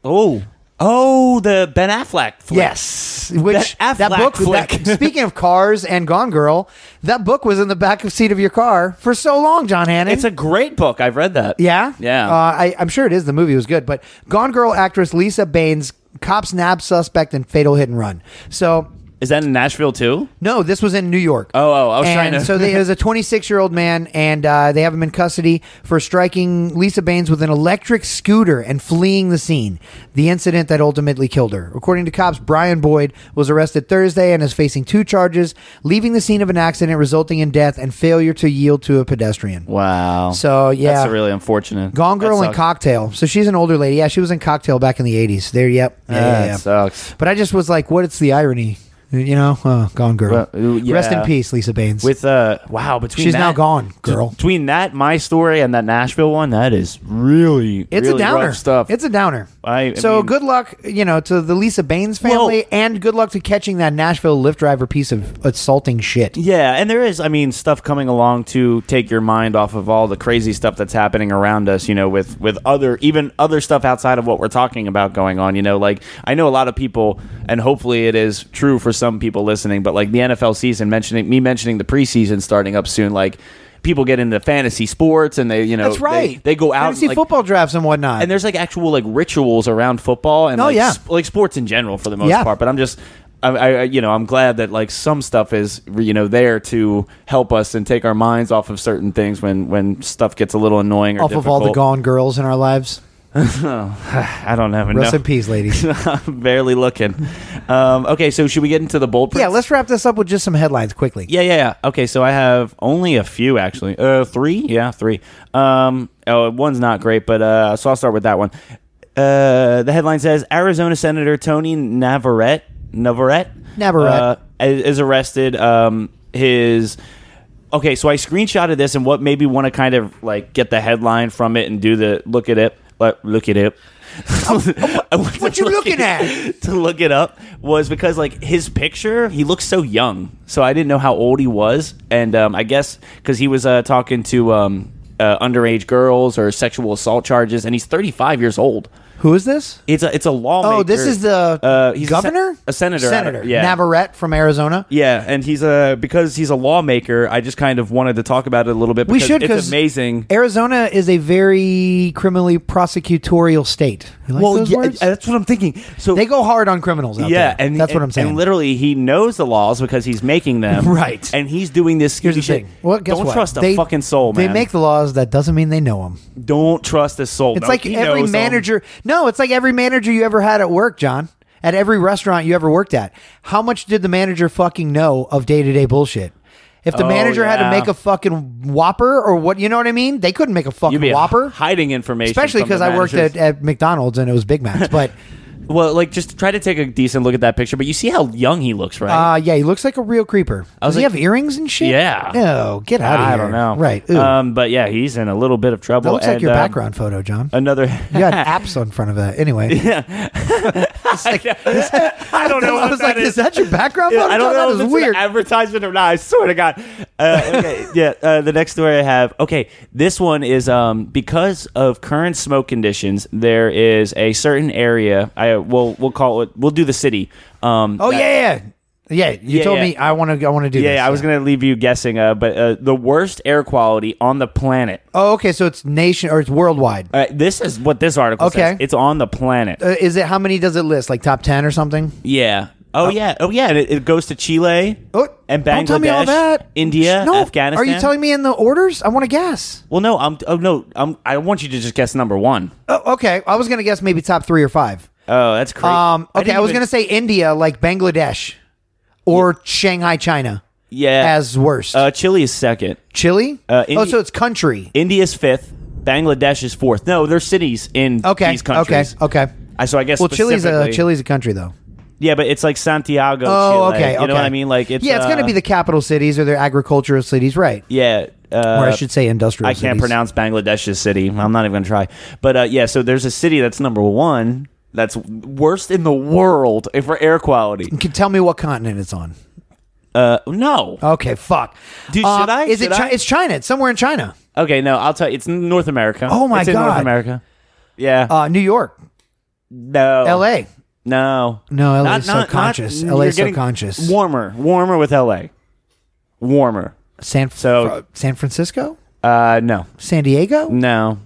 Oh. Oh, the Ben Affleck. Flick.
Yes, which
That
that,
Affleck
book.
flick.
that- speaking of cars and Gone Girl, that book was in the back of seat of your car for so long, John Hannon.
It's a great book. I've read that.
Yeah,
Yeah.
Uh, I, I'm sure it is. The movie was good, but Gone Girl actress Lisa Baines cops nab suspect in fatal hit and run. So
Is that in Nashville too?
No, this was in New York.
Oh, oh, I was
and
trying to.
so they, it was a 26 year old man, and uh, they have him in custody for striking Lisa Baines with an electric scooter and fleeing the scene. The incident that ultimately killed her. According to cops, Brian Boyd was arrested Thursday and is facing two charges: leaving the scene of an accident resulting in death and failure to yield to a pedestrian.
wow.
So, yeah.
that's really unfortunate.
Gone Girl
That
and
sucks.
Cocktail. So she's an older lady. Yeah, she was in Cocktail back in the 80s. There, yep. Yeah,
Yeah,
yeah,
it
yeah.
Ah, sucks.
But I just was like, what? It's the irony. You know, uh, Gone Girl.
Well, ooh,
Rest in
yeah.
peace, Lisa Baines.
With uh, wow, between
She's now
that-
gone, girl.
Between that, my story, and that Nashville one, that is really
It's
really
a
rough
downer.
stuff.
It's a downer.
I- I
so
mean-
good luck, you know, to the Lisa Baines family, and good luck to catching that Nashville lift driver piece of assaulting shit.
Yeah, and there is, I mean, stuff coming along to take your mind off of all the crazy stuff that's happening around us. You know, with with other even other stuff outside of what we're talking about going on. You know, like I know a lot of people, and hopefully it is true for some people listening. But like the NFL season, mentioning me mentioning the preseason starting up soon, like. People get into fantasy sports and they, you know,
That's
they-
right.
They, go out
Fantasy
and, like,
football drafts and whatnot.
and there's like actual like rituals around football and
Oh,
like,
yeah.
sp- like sports in general for the most
Yeah.
part. But I'm just. I, I, I- you know, I'm glad that like some stuff is you know there to help us and take our minds off of certain things when when stuff gets a little annoying or
off of all the
difficult.
gone girls in our lives.
I don't have
Rest
enough.
in peace, ladies.
I'm barely looking. Um, okay, so should we get into the bold?
yeah,
prints?
let's wrap this up with just some headlines quickly.
Yeah, yeah, yeah. Okay, so I have only a few actually. Uh, three? Yeah, three. Um, oh, one's not great, but uh, so I'll start with that one. Uh, the headline says Arizona Senator Tony Navarrete Navarrete
Navarrete.
uh, is is arrested. Um, his okay, so I screenshotted this and what made me want to kind of like get the headline from it and do the look at it. Let, look at it.
what you looking
at? To look it up was because like his picture, he looks so young, so I didn't know how old he was, and um, I guess because he was uh, talking to um, uh, underage girls or sexual assault charges, and he's 35 years old.
Who is this?
It's a it's a lawmaker.
Oh, this is the
uh, he's a sen-
governor,
a, senator, out of-
senator,
yeah.
Navarrete from Arizona.
yeah, and he's a because he's a lawmaker. I just kind of wanted to talk about it a little bit.
We
Because
should,
It's
'cause-
amazing.
Arizona is a very criminally prosecutorial state. You like those
yeah,
words?
that's what I'm thinking. So
they go hard on criminals. Out
yeah,
there.
and
that's what I'm
and-
saying.
And literally, he knows the laws because he's making them.
Right.
And he's doing this.
Here's the
shit.
thing. Well, guess
Don't
what?
trust a
They-
fucking soul, man.
They make the laws. That doesn't mean they know them.
Don't trust a soul.
It's
No,
like
he
every
knows 'em.
manager. No, it's like every manager you ever had at work, John. At every restaurant you ever worked at, how much did the manager fucking know of day to day bullshit? If the
Oh,
manager had to
yeah.
make a fucking Whopper or what, you know what I mean? They couldn't make a fucking
You'd be
Whopper,
hiding information,
especially
from the
because I worked
managers.
at, at McDonald's and it was Big Macs. But
Well, like just try to take a decent look at that picture, but you see how young he looks, right?
uh, yeah, he looks like a real creeper. Does
I was
he
like-
have earrings and shit?
Yeah.
No, get out of here.
I don't know.
Right. Ooh.
Um, but yeah, he's in a little bit of trouble.
that looks like
and,
your
um,
background photo, John.
Another.
You had apps on front of that. Anyway.
I don't know.
I was like, is that your background
Yeah,
photo?
I don't know
That
if
is
it's
weird.
an advertisement or not. I swear to God. Uh, okay, yeah. Uh, the next story I have. Okay, this one is um, because of current smoke conditions, there is a certain area. I will we'll call it. We'll do the city. Um,
Oh
that-
yeah, yeah, yeah. You
Yeah,
told
yeah.
me I want to. I want to do.
Yeah,
this.
yeah, I was gonna leave you guessing, uh, but uh, the worst air quality on the planet.
Oh, okay. So it's nation or it's worldwide.
Uh, this is what this article
Okay.
says. It's on the planet.
Uh, is it how many does it list? Like top ten or something?
Yeah. Oh, yeah. Oh yeah. And it, it goes to Chile
Oh,
and Bangladesh,
Don't tell me all that.
India,
Sh- no.
Afghanistan.
Are you telling me in the orders? I want to guess.
Well, no, I'm. Oh no, I'm. I want you to just guess number one.
Oh, okay. I was gonna guess maybe top three or five.
Oh, that's crazy.
Um. Okay. I, was
even-
gonna say India, like Bangladesh, or Shanghai, China,
Yeah.
as worst.
uh, Chile is second.
Chile.
uh,
oh,
Indi-
so it's country.
India's fifth. Bangladesh is fourth. No, there's cities in
Okay.
these countries.
Okay. Okay.
I so I guess.
Well, uh, Chile's a
specifically-
Chile's a country though.
Yeah, but it's like Santiago.
Oh,
Chile.
okay.
You
okay.
know what I mean? Like it's
yeah, it's going to
uh,
be the capital cities or their agricultural cities, right?
Yeah. Uh,
or I should say industrial.
I can't
cities.
pronounce Bangladesh's city. I'm not even gonna try. But uh, yeah, so there's a city that's number one. That's worst in the world for air quality.
Can tell me what continent it's on.
Uh, no.
Okay, fuck.
Dude, should I?
Uh, Is
Should
it? Chi-
I?
It's China. It's somewhere in China.
Okay, no, I'll tell you. It's in North America.
Oh my
It's in North
God.
America. Yeah.
Uh, New York,
no.
L.A.
No.
No, LA is so conscious. LA is
you're
so
getting
conscious.
Warmer. Warmer with LA. Warmer.
San
So-
Fr- San Francisco,
Uh, no.
San Diego,
No.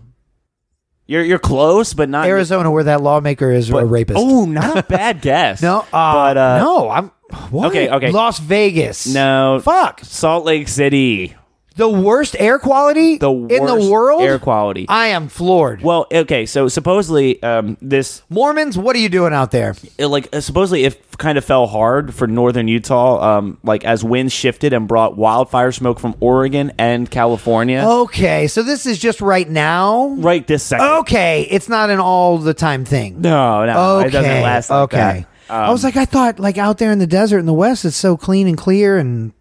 You're you're close, but not
Arizona, where that lawmaker is a
but-
rapist.
Oh, not a bad guess.
no, uh,
but uh,
no, I'm What?
Okay, okay.
Las Vegas.
No.
Fuck.
Salt Lake City.
The worst air quality
the
in the
worst
world.
Air quality.
I am floored.
Well, okay, so supposedly um, this
Mormons, what are you doing out there?
it, like uh, supposedly it kind of fell hard for northern Utah, um, like as winds shifted and brought wildfire smoke from Oregon and California.
Oh. Okay, so this is just right now.
Right this second.
Okay, it's not an all the time thing.
No, no,
okay.
it doesn't last. Like
okay.
that. Um,
I was like, I thought like out there in the desert in the west, it's so clean and clear and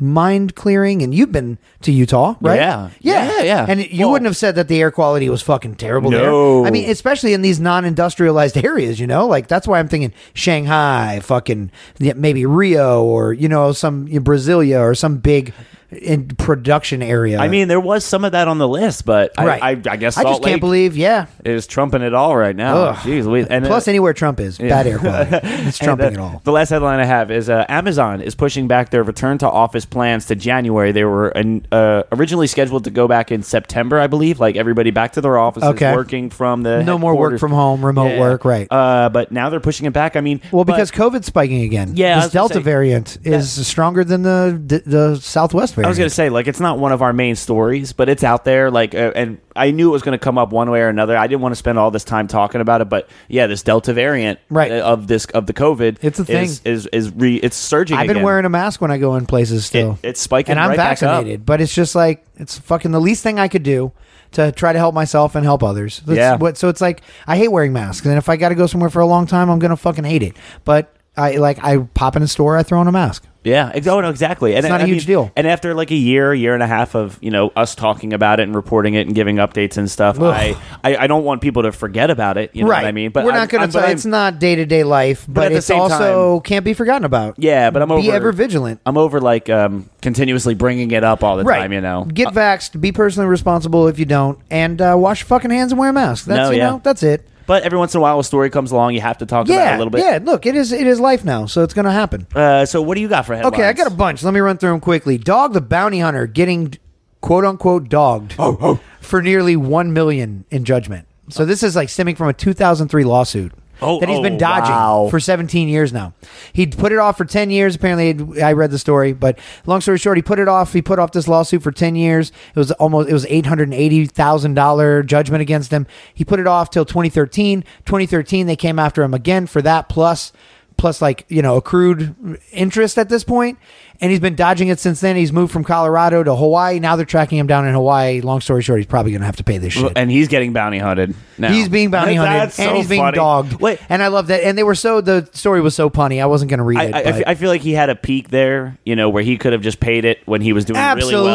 mind clearing. And you've been to Utah, right?
Yeah.
yeah,
Yeah, yeah.
And you wouldn't have said that the air quality was fucking terrible
No.
there. I mean, especially in these non-industrialized areas, you know, like that's why I'm thinking Shanghai, fucking yeah, maybe Rio, or you know, some Brasilia or some big in production area.
I mean, there was some of that on the list, but I-
Right.
I, I, guess
I
Salt
just
Lake
can't believe, yeah.
is trumping it all right now.
Ugh.
Jeez, Louise. and
Plus,
uh,
anywhere Trump is, bad air quality. It's
and
trumping
the,
it all.
The last headline I have is uh, Amazon is pushing back their return to office plans to January. They were an, uh, originally scheduled to go back in September, I believe. Like everybody back to their offices,
Okay.
working from the
No more work
headquarters.
from home, remote
Yeah.
work, right?
Uh, but now they're pushing it back. I mean,
well,
but-
because COVID's spiking again.
Yeah, I
this
was gonna
Delta
say-
variant is stronger than the the, the Southwest variant.
I was going to say, like, it's not one of our main stories, but it's out there. Like, uh, and I knew it was going to come up one way or another. I didn't want to spend all this time talking about it, but yeah, this Delta variant
Right.
uh, of this of the COVID,
It's a thing.
Is is, is re it's surging.
I've been
again.
wearing a mask when I go in places still.
It- it's spiking
and I'm
right back up.
vaccinated, but it's just like it's fucking the least thing I could do to try to help myself and help others. That's
Yeah.
What, so it's like I hate wearing masks, and if I got to go somewhere for a long time, I'm gonna fucking hate it. But I like I pop in a store, I throw on a mask.
Yeah, ex- oh, no, exactly. And
It's not
a
a huge deal.
And after like a year, year and a half of you know us talking about it and reporting it and giving updates and stuff,
Ugh.
I, I I don't want people to forget about it. You know what I mean?
we're not going
I'm-
to.
but I'm-
It's not day to day life, but,
at the
it's
same
also can't be forgotten about.
Yeah, but I'm
be
over-
ever vigilant.
I'm over like um continuously bringing it up all the
Right,
time. You know, Uh,
Get vaxxed. Be personally responsible if you don't, and uh, wash your fucking hands and wear a mask. That's
No,
you
yeah.
know, that's it.
But every once in a while, a story comes along, you have to talk about it a
Yeah,
little bit.
yeah. Look, it is it is life now, so it's going to happen.
Uh, so what do you got for headlines?
Okay, I got a bunch. Let me run through them quickly. Dog the bounty hunter getting quote unquote dogged for nearly one million in judgment. So this is like stemming from a 2003 lawsuit.
Oh,
that he's been
oh,
dodging
wow.
for 17 years now. He'd put it off for 10 years. Apparently, I read the story, but long story short, he put it off. He put off this lawsuit for 10 years. It was almost it was 880 thousand dollar judgment against him. He put it off till 2013. 2013, they came after him again for that plus plus like you know accrued interest at this point and he's been dodging it since then he's moved from colorado to hawaii now they're tracking him down in hawaii long story short he's probably gonna have to pay this shit
and he's getting bounty hunted. Now.
He's being bounty hunted
That's
and
so
he's being
funny.
dogged.
Wait,
and I love that. And they were so the story was so punny. I wasn't going to read
I,
it.
I- I
but-
fe- I feel like he had a peak there, you know, where he could have just paid it when he was doing
absolutely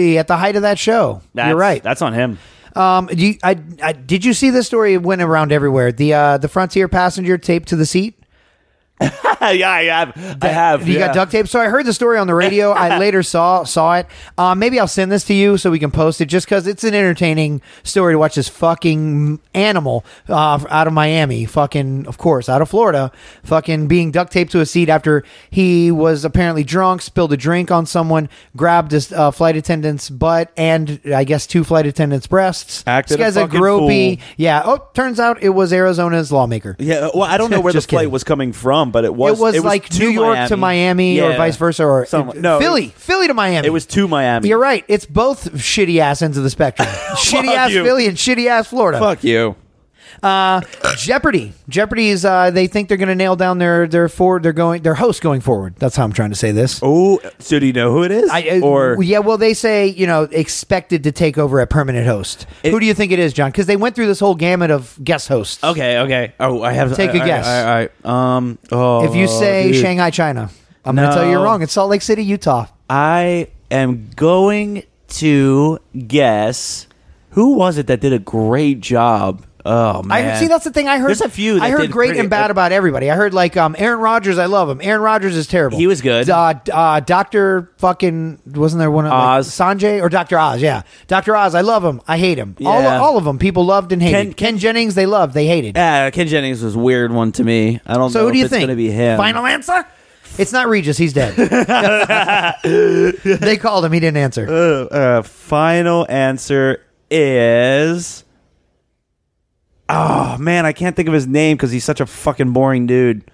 really well.
at the height of that show.
That's,
You're right.
That's on him.
Um, do you, I, I did you see this story? It went around everywhere. The uh, the frontier passenger taped to the seat.
yeah, I have. I have.
You
yeah.
got duct tape. So I heard the story on the radio. I later saw saw it. Um, maybe I'll send this to you so we can post it, just because it's an entertaining story to watch this fucking animal uh, out of Miami, fucking of course out of Florida, fucking being duct taped to a seat after he was apparently drunk, spilled a drink on someone, grabbed his uh, flight attendant's butt, and I guess two flight attendants' breasts.
Acted
this guy's
a
a,
fucking
gropey.
fool.
Yeah. Oh, turns out it was Arizona's lawmaker.
Yeah, well, I don't know where the
Just
flight
kidding.
was coming from, but it was
it was, like
to
New York to Miami or
Yeah.
vice versa, or
Somewhat- no,
Philly,
it-
Philly to Miami.
It was to Miami.
You're right. It's both shitty ass ends of the spectrum. shitty
Fuck
ass
you.
Philly and shitty ass Florida.
Fuck you.
Jeopardy. Jeopardy is. Uh, they think they're going to nail down their their forward. They're going their host going forward. That's how I'm trying to say this.
Oh, so do you know who it is?
I, uh,
or
yeah, well, they say you know expected to take over a permanent host. Who do you think it is, John? Because they went through this whole gamut of guest hosts.
Okay, okay. Oh, I have
Take a
all right,
guess.
All right, all right. Um. Oh,
If you say
dude.
Shanghai, China, I'm going
No.
to tell you you're wrong. It's Salt Lake City, Utah.
I am going to guess who was it that did a great job. Oh man,
I see. That's the thing I heard.
There's a few. That
I heard
did
great
pretty-
and bad about everybody. I heard like um, Aaron Rodgers. I love him. Aaron Rodgers is terrible.
He was good.
Uh, d- uh, Doctor fucking wasn't there one of like,
Oz.
Sanjay or Doctor Oz? Yeah, Doctor Oz. I love him. I hate him. All
Yeah.
all of them. People loved and hated.
Ken-
Ken, Jennings. They loved. They hated.
Uh, Ken Jennings was a weird one to me. I don't
so
know
who
if
do you
it's
think?
going to be him.
Final answer. It's not Regis. He's dead. they called him. He didn't answer.
uh, final answer is. Oh man, I can't think of his name because he's such a fucking boring dude.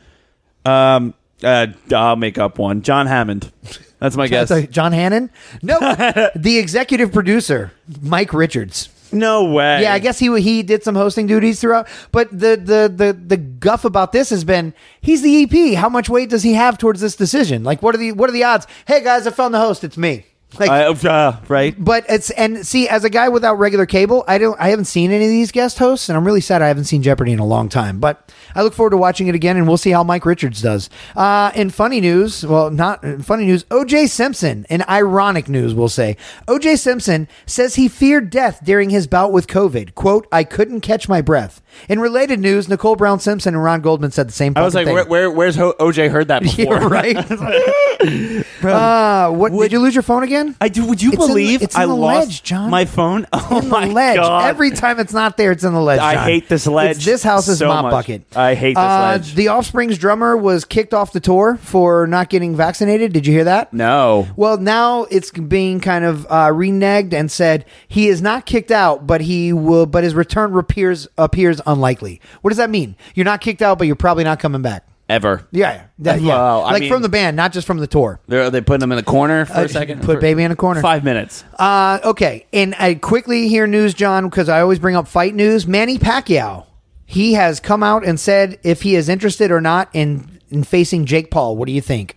Um, Uh, I'll make up one. John Hammond. That's my guess.
Sorry, John Hannon? No, the executive producer, Mike Richards.
No way.
Yeah, I guess he he did some hosting duties throughout. But the the the the guff about this has been he's the EP. How much weight does he have towards this decision? Like, what are the what are the odds? Hey guys, I found the host. It's me. Like,
I- uh, right.
but it's and see, as a guy without regular cable, I don't I haven't seen any of these guest hosts, and I'm really sad I haven't seen Jeopardy in a long time. But I look forward to watching it again, and we'll see how Mike Richards does. Uh, in funny news, well, not in funny news, O.J. Simpson. In ironic news, we'll say O.J. Simpson says he feared death during his bout with COVID. "Quote: I couldn't catch my breath." In related news, Nicole Brown Simpson and Ron Goldman said the same.
I was like,
fucking thing.
where, where, where's Ho- OJ heard that before?
Yeah, right? uh, what did you lose your phone again?
I do. Would you
It's in the-
believe
it's in
I
the
lost
ledge, John.
my phone? Oh my
ledge.
god!
Every time it's not there, it's in the ledge.
I
John.
hate this ledge.
It's this house is
so
mop
much.
bucket.
I hate this
Uh,
ledge.
The Offspring's drummer was kicked off the tour for not getting vaccinated. Did you hear that?
No.
Well, now it's being kind of uh, reneged and said he is not kicked out, but he will. But his return appears appears unlikely. What does that mean? You're not kicked out, but you're probably not coming back.
Ever.
Yeah, yeah, That- yeah.
Well, I
like
mean-
from the band, not just from the tour.
They're, are they putting him in the corner for
Uh,
a second?
put
For
baby in a corner.
Five minutes.
Uh, okay, and I quickly hear news, John, because I always bring up fight news. Manny Pacquiao, he has come out and said if he is interested or not in in facing Jake Paul. What do you think?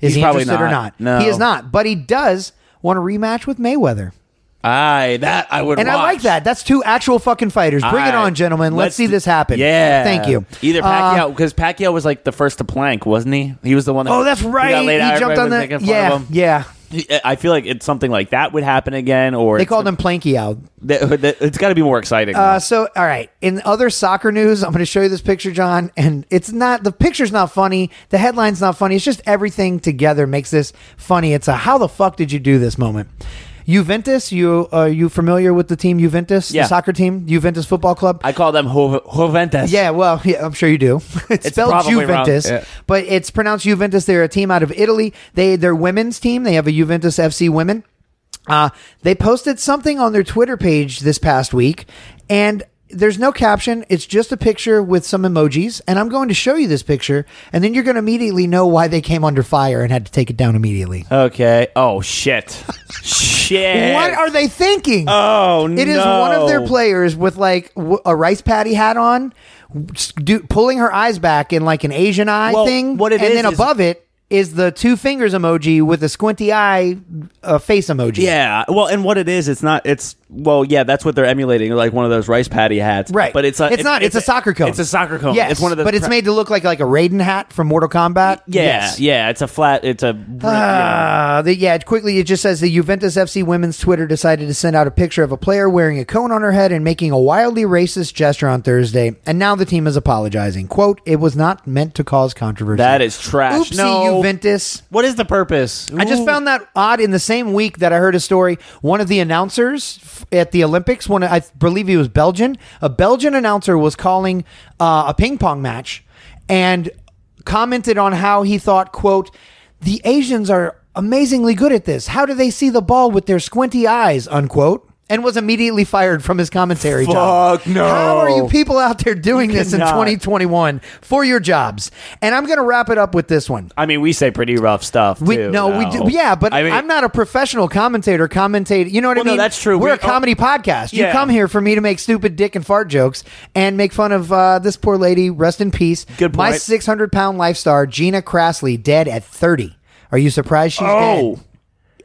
Is
He's
he
probably
interested or
not. No.
not? he is not. But he does want a rematch with Mayweather,
Aye, that I would.
and I
watch.
like that. That's two actual fucking fighters. Bring it
Aye.
on, gentlemen. Let's, see
do-
this happen.
Yeah.
thank you.
Either
Uh,
Pacquiao, because Pacquiao was like the first to plank, wasn't he? He was the one. That,
oh, that's
he got
right. He,
laid out,
jumped
everybody
on
was
the
making fun of
yeah
him.
yeah.
I feel like it's something like that would happen again, or
They
it's-
called him Plankiao.
that- that- it's got to be more exciting.
Uh, so, all right. In other soccer news, I'm going to show you this picture, John, and it's not the picture's not funny. The headline's not funny. It's just everything together makes this funny. It's a how the fuck did you do this moment? Juventus, you are you familiar with the team Juventus,
Yeah.
the soccer team, Juventus Football Club?
I call them Ho- Juventes.
Yeah, well, yeah, I'm sure you do. it's, spelled
probably wrong.
Juventus,
Yeah.
but it's pronounced Juventus. They're a team out of Italy. They they're women's team. They have a Juventus FC women. Uh, they posted something on their Twitter page this past week, and there's no caption. It's just a picture with some emojis, and I'm going to show you this picture, and then you're going to immediately know why they came under fire and had to take it down immediately.
Okay. Oh shit. shit.
What are they thinking?
Oh no.
It is one of their players with like w- a rice patty hat on, w- s- do, pulling her eyes back in like an Asian eye
Well,
thing.
what it
and
is
then
is-
above it is the two fingers emoji with a squinty eye uh, face emoji.
Yeah. Well, and what it is, it's not. It's well, yeah. That's what they're emulating, like one of those rice patty hats.
Right,
But it's a,
it's not. It's, a soccer cone.
It's a soccer cone.
Yes,
It's one of those.
But it's
pre-
made to look like like a Raiden hat from Mortal Kombat.
Yeah.
Yes.
Yeah. It's a flat. It's a.
Uh, the, yeah, quickly, it just says the Juventus FC women's Twitter decided to send out a picture of a player wearing a cone on her head and making a wildly racist gesture on Thursday, and now the team is apologizing. Quote, it was not meant to cause controversy.
that is trash.
Oopsie,
no.
Juventus.
What is the purpose?
I just found that odd in the same week that I heard a story. One of the announcers f- at the Olympics, one I believe he was Belgian, a Belgian announcer was calling uh, a ping pong match and commented on how he thought, "quote The Asians are amazingly good at this. How do they see the ball with their squinty eyes?" Unquote. And was immediately fired from his commentary job.
Fuck no.
How are you people out there doing
You
this in
cannot.
2021 for your jobs? And I'm going to wrap it up with this one.
I mean, we say pretty rough stuff.
We,
too,
no, we
now.
do. Yeah, but I
I mean,
am not a professional commentator. Commentate. You know what
Well,
I
no,
mean?
that's true.
We're
We-
a comedy podcast. You
Yeah.
come here for me to make stupid dick and fart jokes and make fun of uh, this poor lady. Rest in peace.
Good
My
point.
600 pound life star, Gina Crassley, dead at 30. Are you surprised she's
Oh.
dead?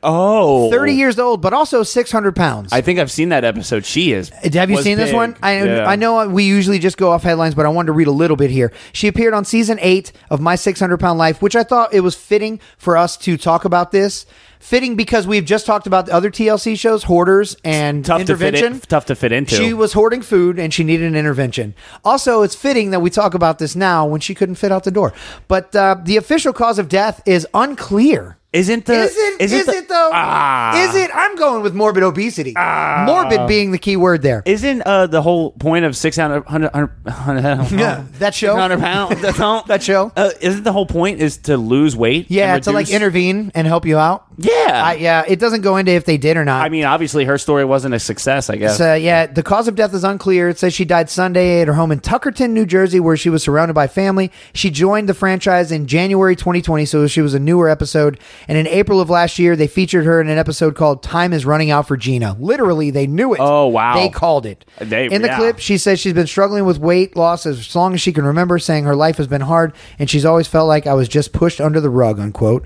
Oh.
30 years old, but also 600 pounds.
I think I've seen that episode. She is.
Have you
was
seen this
big.
one? I,
Yeah.
I know uh, we usually just go off headlines, but I wanted to read a little bit here. She appeared on season eight of My 600 Pound Life, which I thought it was fitting for us to talk about this. Fitting because we've just talked about the other TLC shows, Hoarders and
Tough to fit.
Intervention.
In, tough to fit into.
She was hoarding food and she needed an intervention. Also, it's fitting that we talk about this now when she couldn't fit out the door. But uh, the official cause of death is unclear.
Isn't the?
Is it? Is,
the-
it though?
Ah.
Is it? I'm going with morbid obesity. morbid being the key word there.
Isn't uh, the whole point of six hundred hundred hundred?
Yeah, that show.
hundred pounds. That,
That show.
Uh, isn't the whole point is to lose weight?
Yeah,
and
to like
reduce-
intervene and help you out.
Yeah,
I, yeah. It doesn't go into if they did or not.
I mean, obviously her story wasn't a success. I guess.
So yeah, the cause of death is unclear. It says she died Sunday at her home in Tuckerton, New Jersey, where she was surrounded by family. She joined the franchise in January 2020, so she was a newer episode. And in April of last year, they featured her in an episode called "Time Is Running Out for Gina." Literally, they knew it.
Oh wow!
They called it.
They-
in the
yeah.
clip, she says she's been struggling with weight loss as long as she can remember, saying her life has been hard and she's always felt like I was just pushed under the rug. Unquote.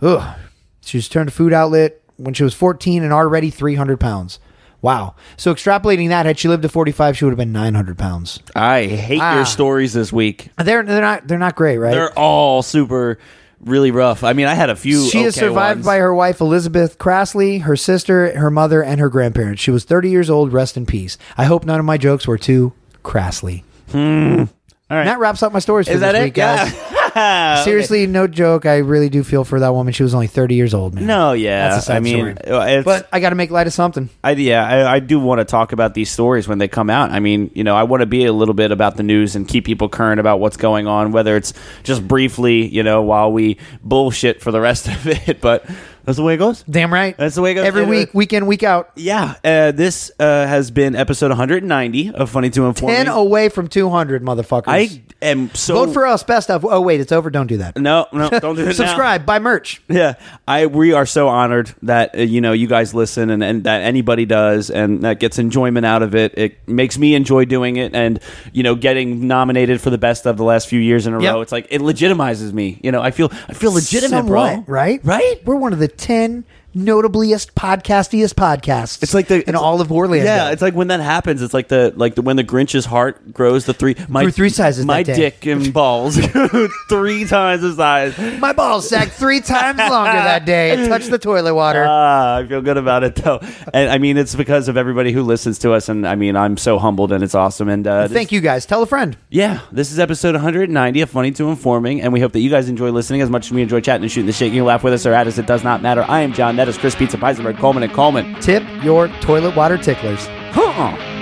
Ugh. She was turned to food outlet when she was 14 and already 300 pounds. Wow. So extrapolating that, had she lived to 45, she would have been 900 pounds.
I hate
Ah.
your stories this week.
They're they're not they're not great, right?
They're all super, really rough. I mean, I had a few.
she is
okay
survived
ones.
by her wife Elizabeth Crassley, her sister, her mother, and her grandparents. She was 30 years old. Rest in peace. I hope none of my jokes were too crassly.
Hmm. All right.
And that wraps up my stories for
Is
this
that
week,
it?
guys.
Yeah.
Seriously, no joke. I really do feel for that woman. She was only 30 years old, man.
No, yeah.
That's a sad
I mean,
story.
it's-
but I got to make light of something.
I, yeah, I, I do want to talk about these stories when they come out. I mean, you know, I want to be a little bit about the news and keep people current about what's going on, whether it's just briefly, you know, while we bullshit for the rest of it. But that's the way it goes.
Damn right.
That's the way it goes.
Every
It-
week, week in, week out.
Yeah. Uh, this uh, has been episode 190 of Funny to Inform.
10
Me.
away from 200, motherfuckers.
I am so.
Vote for us, best of. Oh, wait, it's over. Don't do that.
No, no, don't do it. now.
Subscribe, buy merch.
Yeah, I we are so honored that uh, you know you guys listen and, and that anybody does and that gets enjoyment out of it. It makes me enjoy doing it and you know getting nominated for the best of the last few years in a
Yep.
row. It's like it legitimizes me. You know, I feel I feel legitimate,
Somewhat,
bro.
Right? Right? We're one of the 10 notabliest, podcastiest podcasts. It's
like the-
in all of Orlando.
Yeah, it's like when that happens. It's like the like the, when the Grinch's heart grows the three my
Grew three sizes
My
that day.
dick and balls grew three times the size.
My balls sagged three times longer that day. It touched the toilet water.
Ah, I feel good about it though, and I mean it's because of everybody who listens to us, and I mean I'm so humbled and it's awesome. And uh,
Thank you guys. Tell a friend.
Yeah, this is episode 190 of Funny to Informing, and we hope that you guys enjoy listening as much as we enjoy chatting and shooting the shit. You can laugh with us or at us, it does not matter. I am John, that is Chris Pizza, Heisenberg, Coleman, and Coleman.
Tip your toilet water ticklers.
Huh.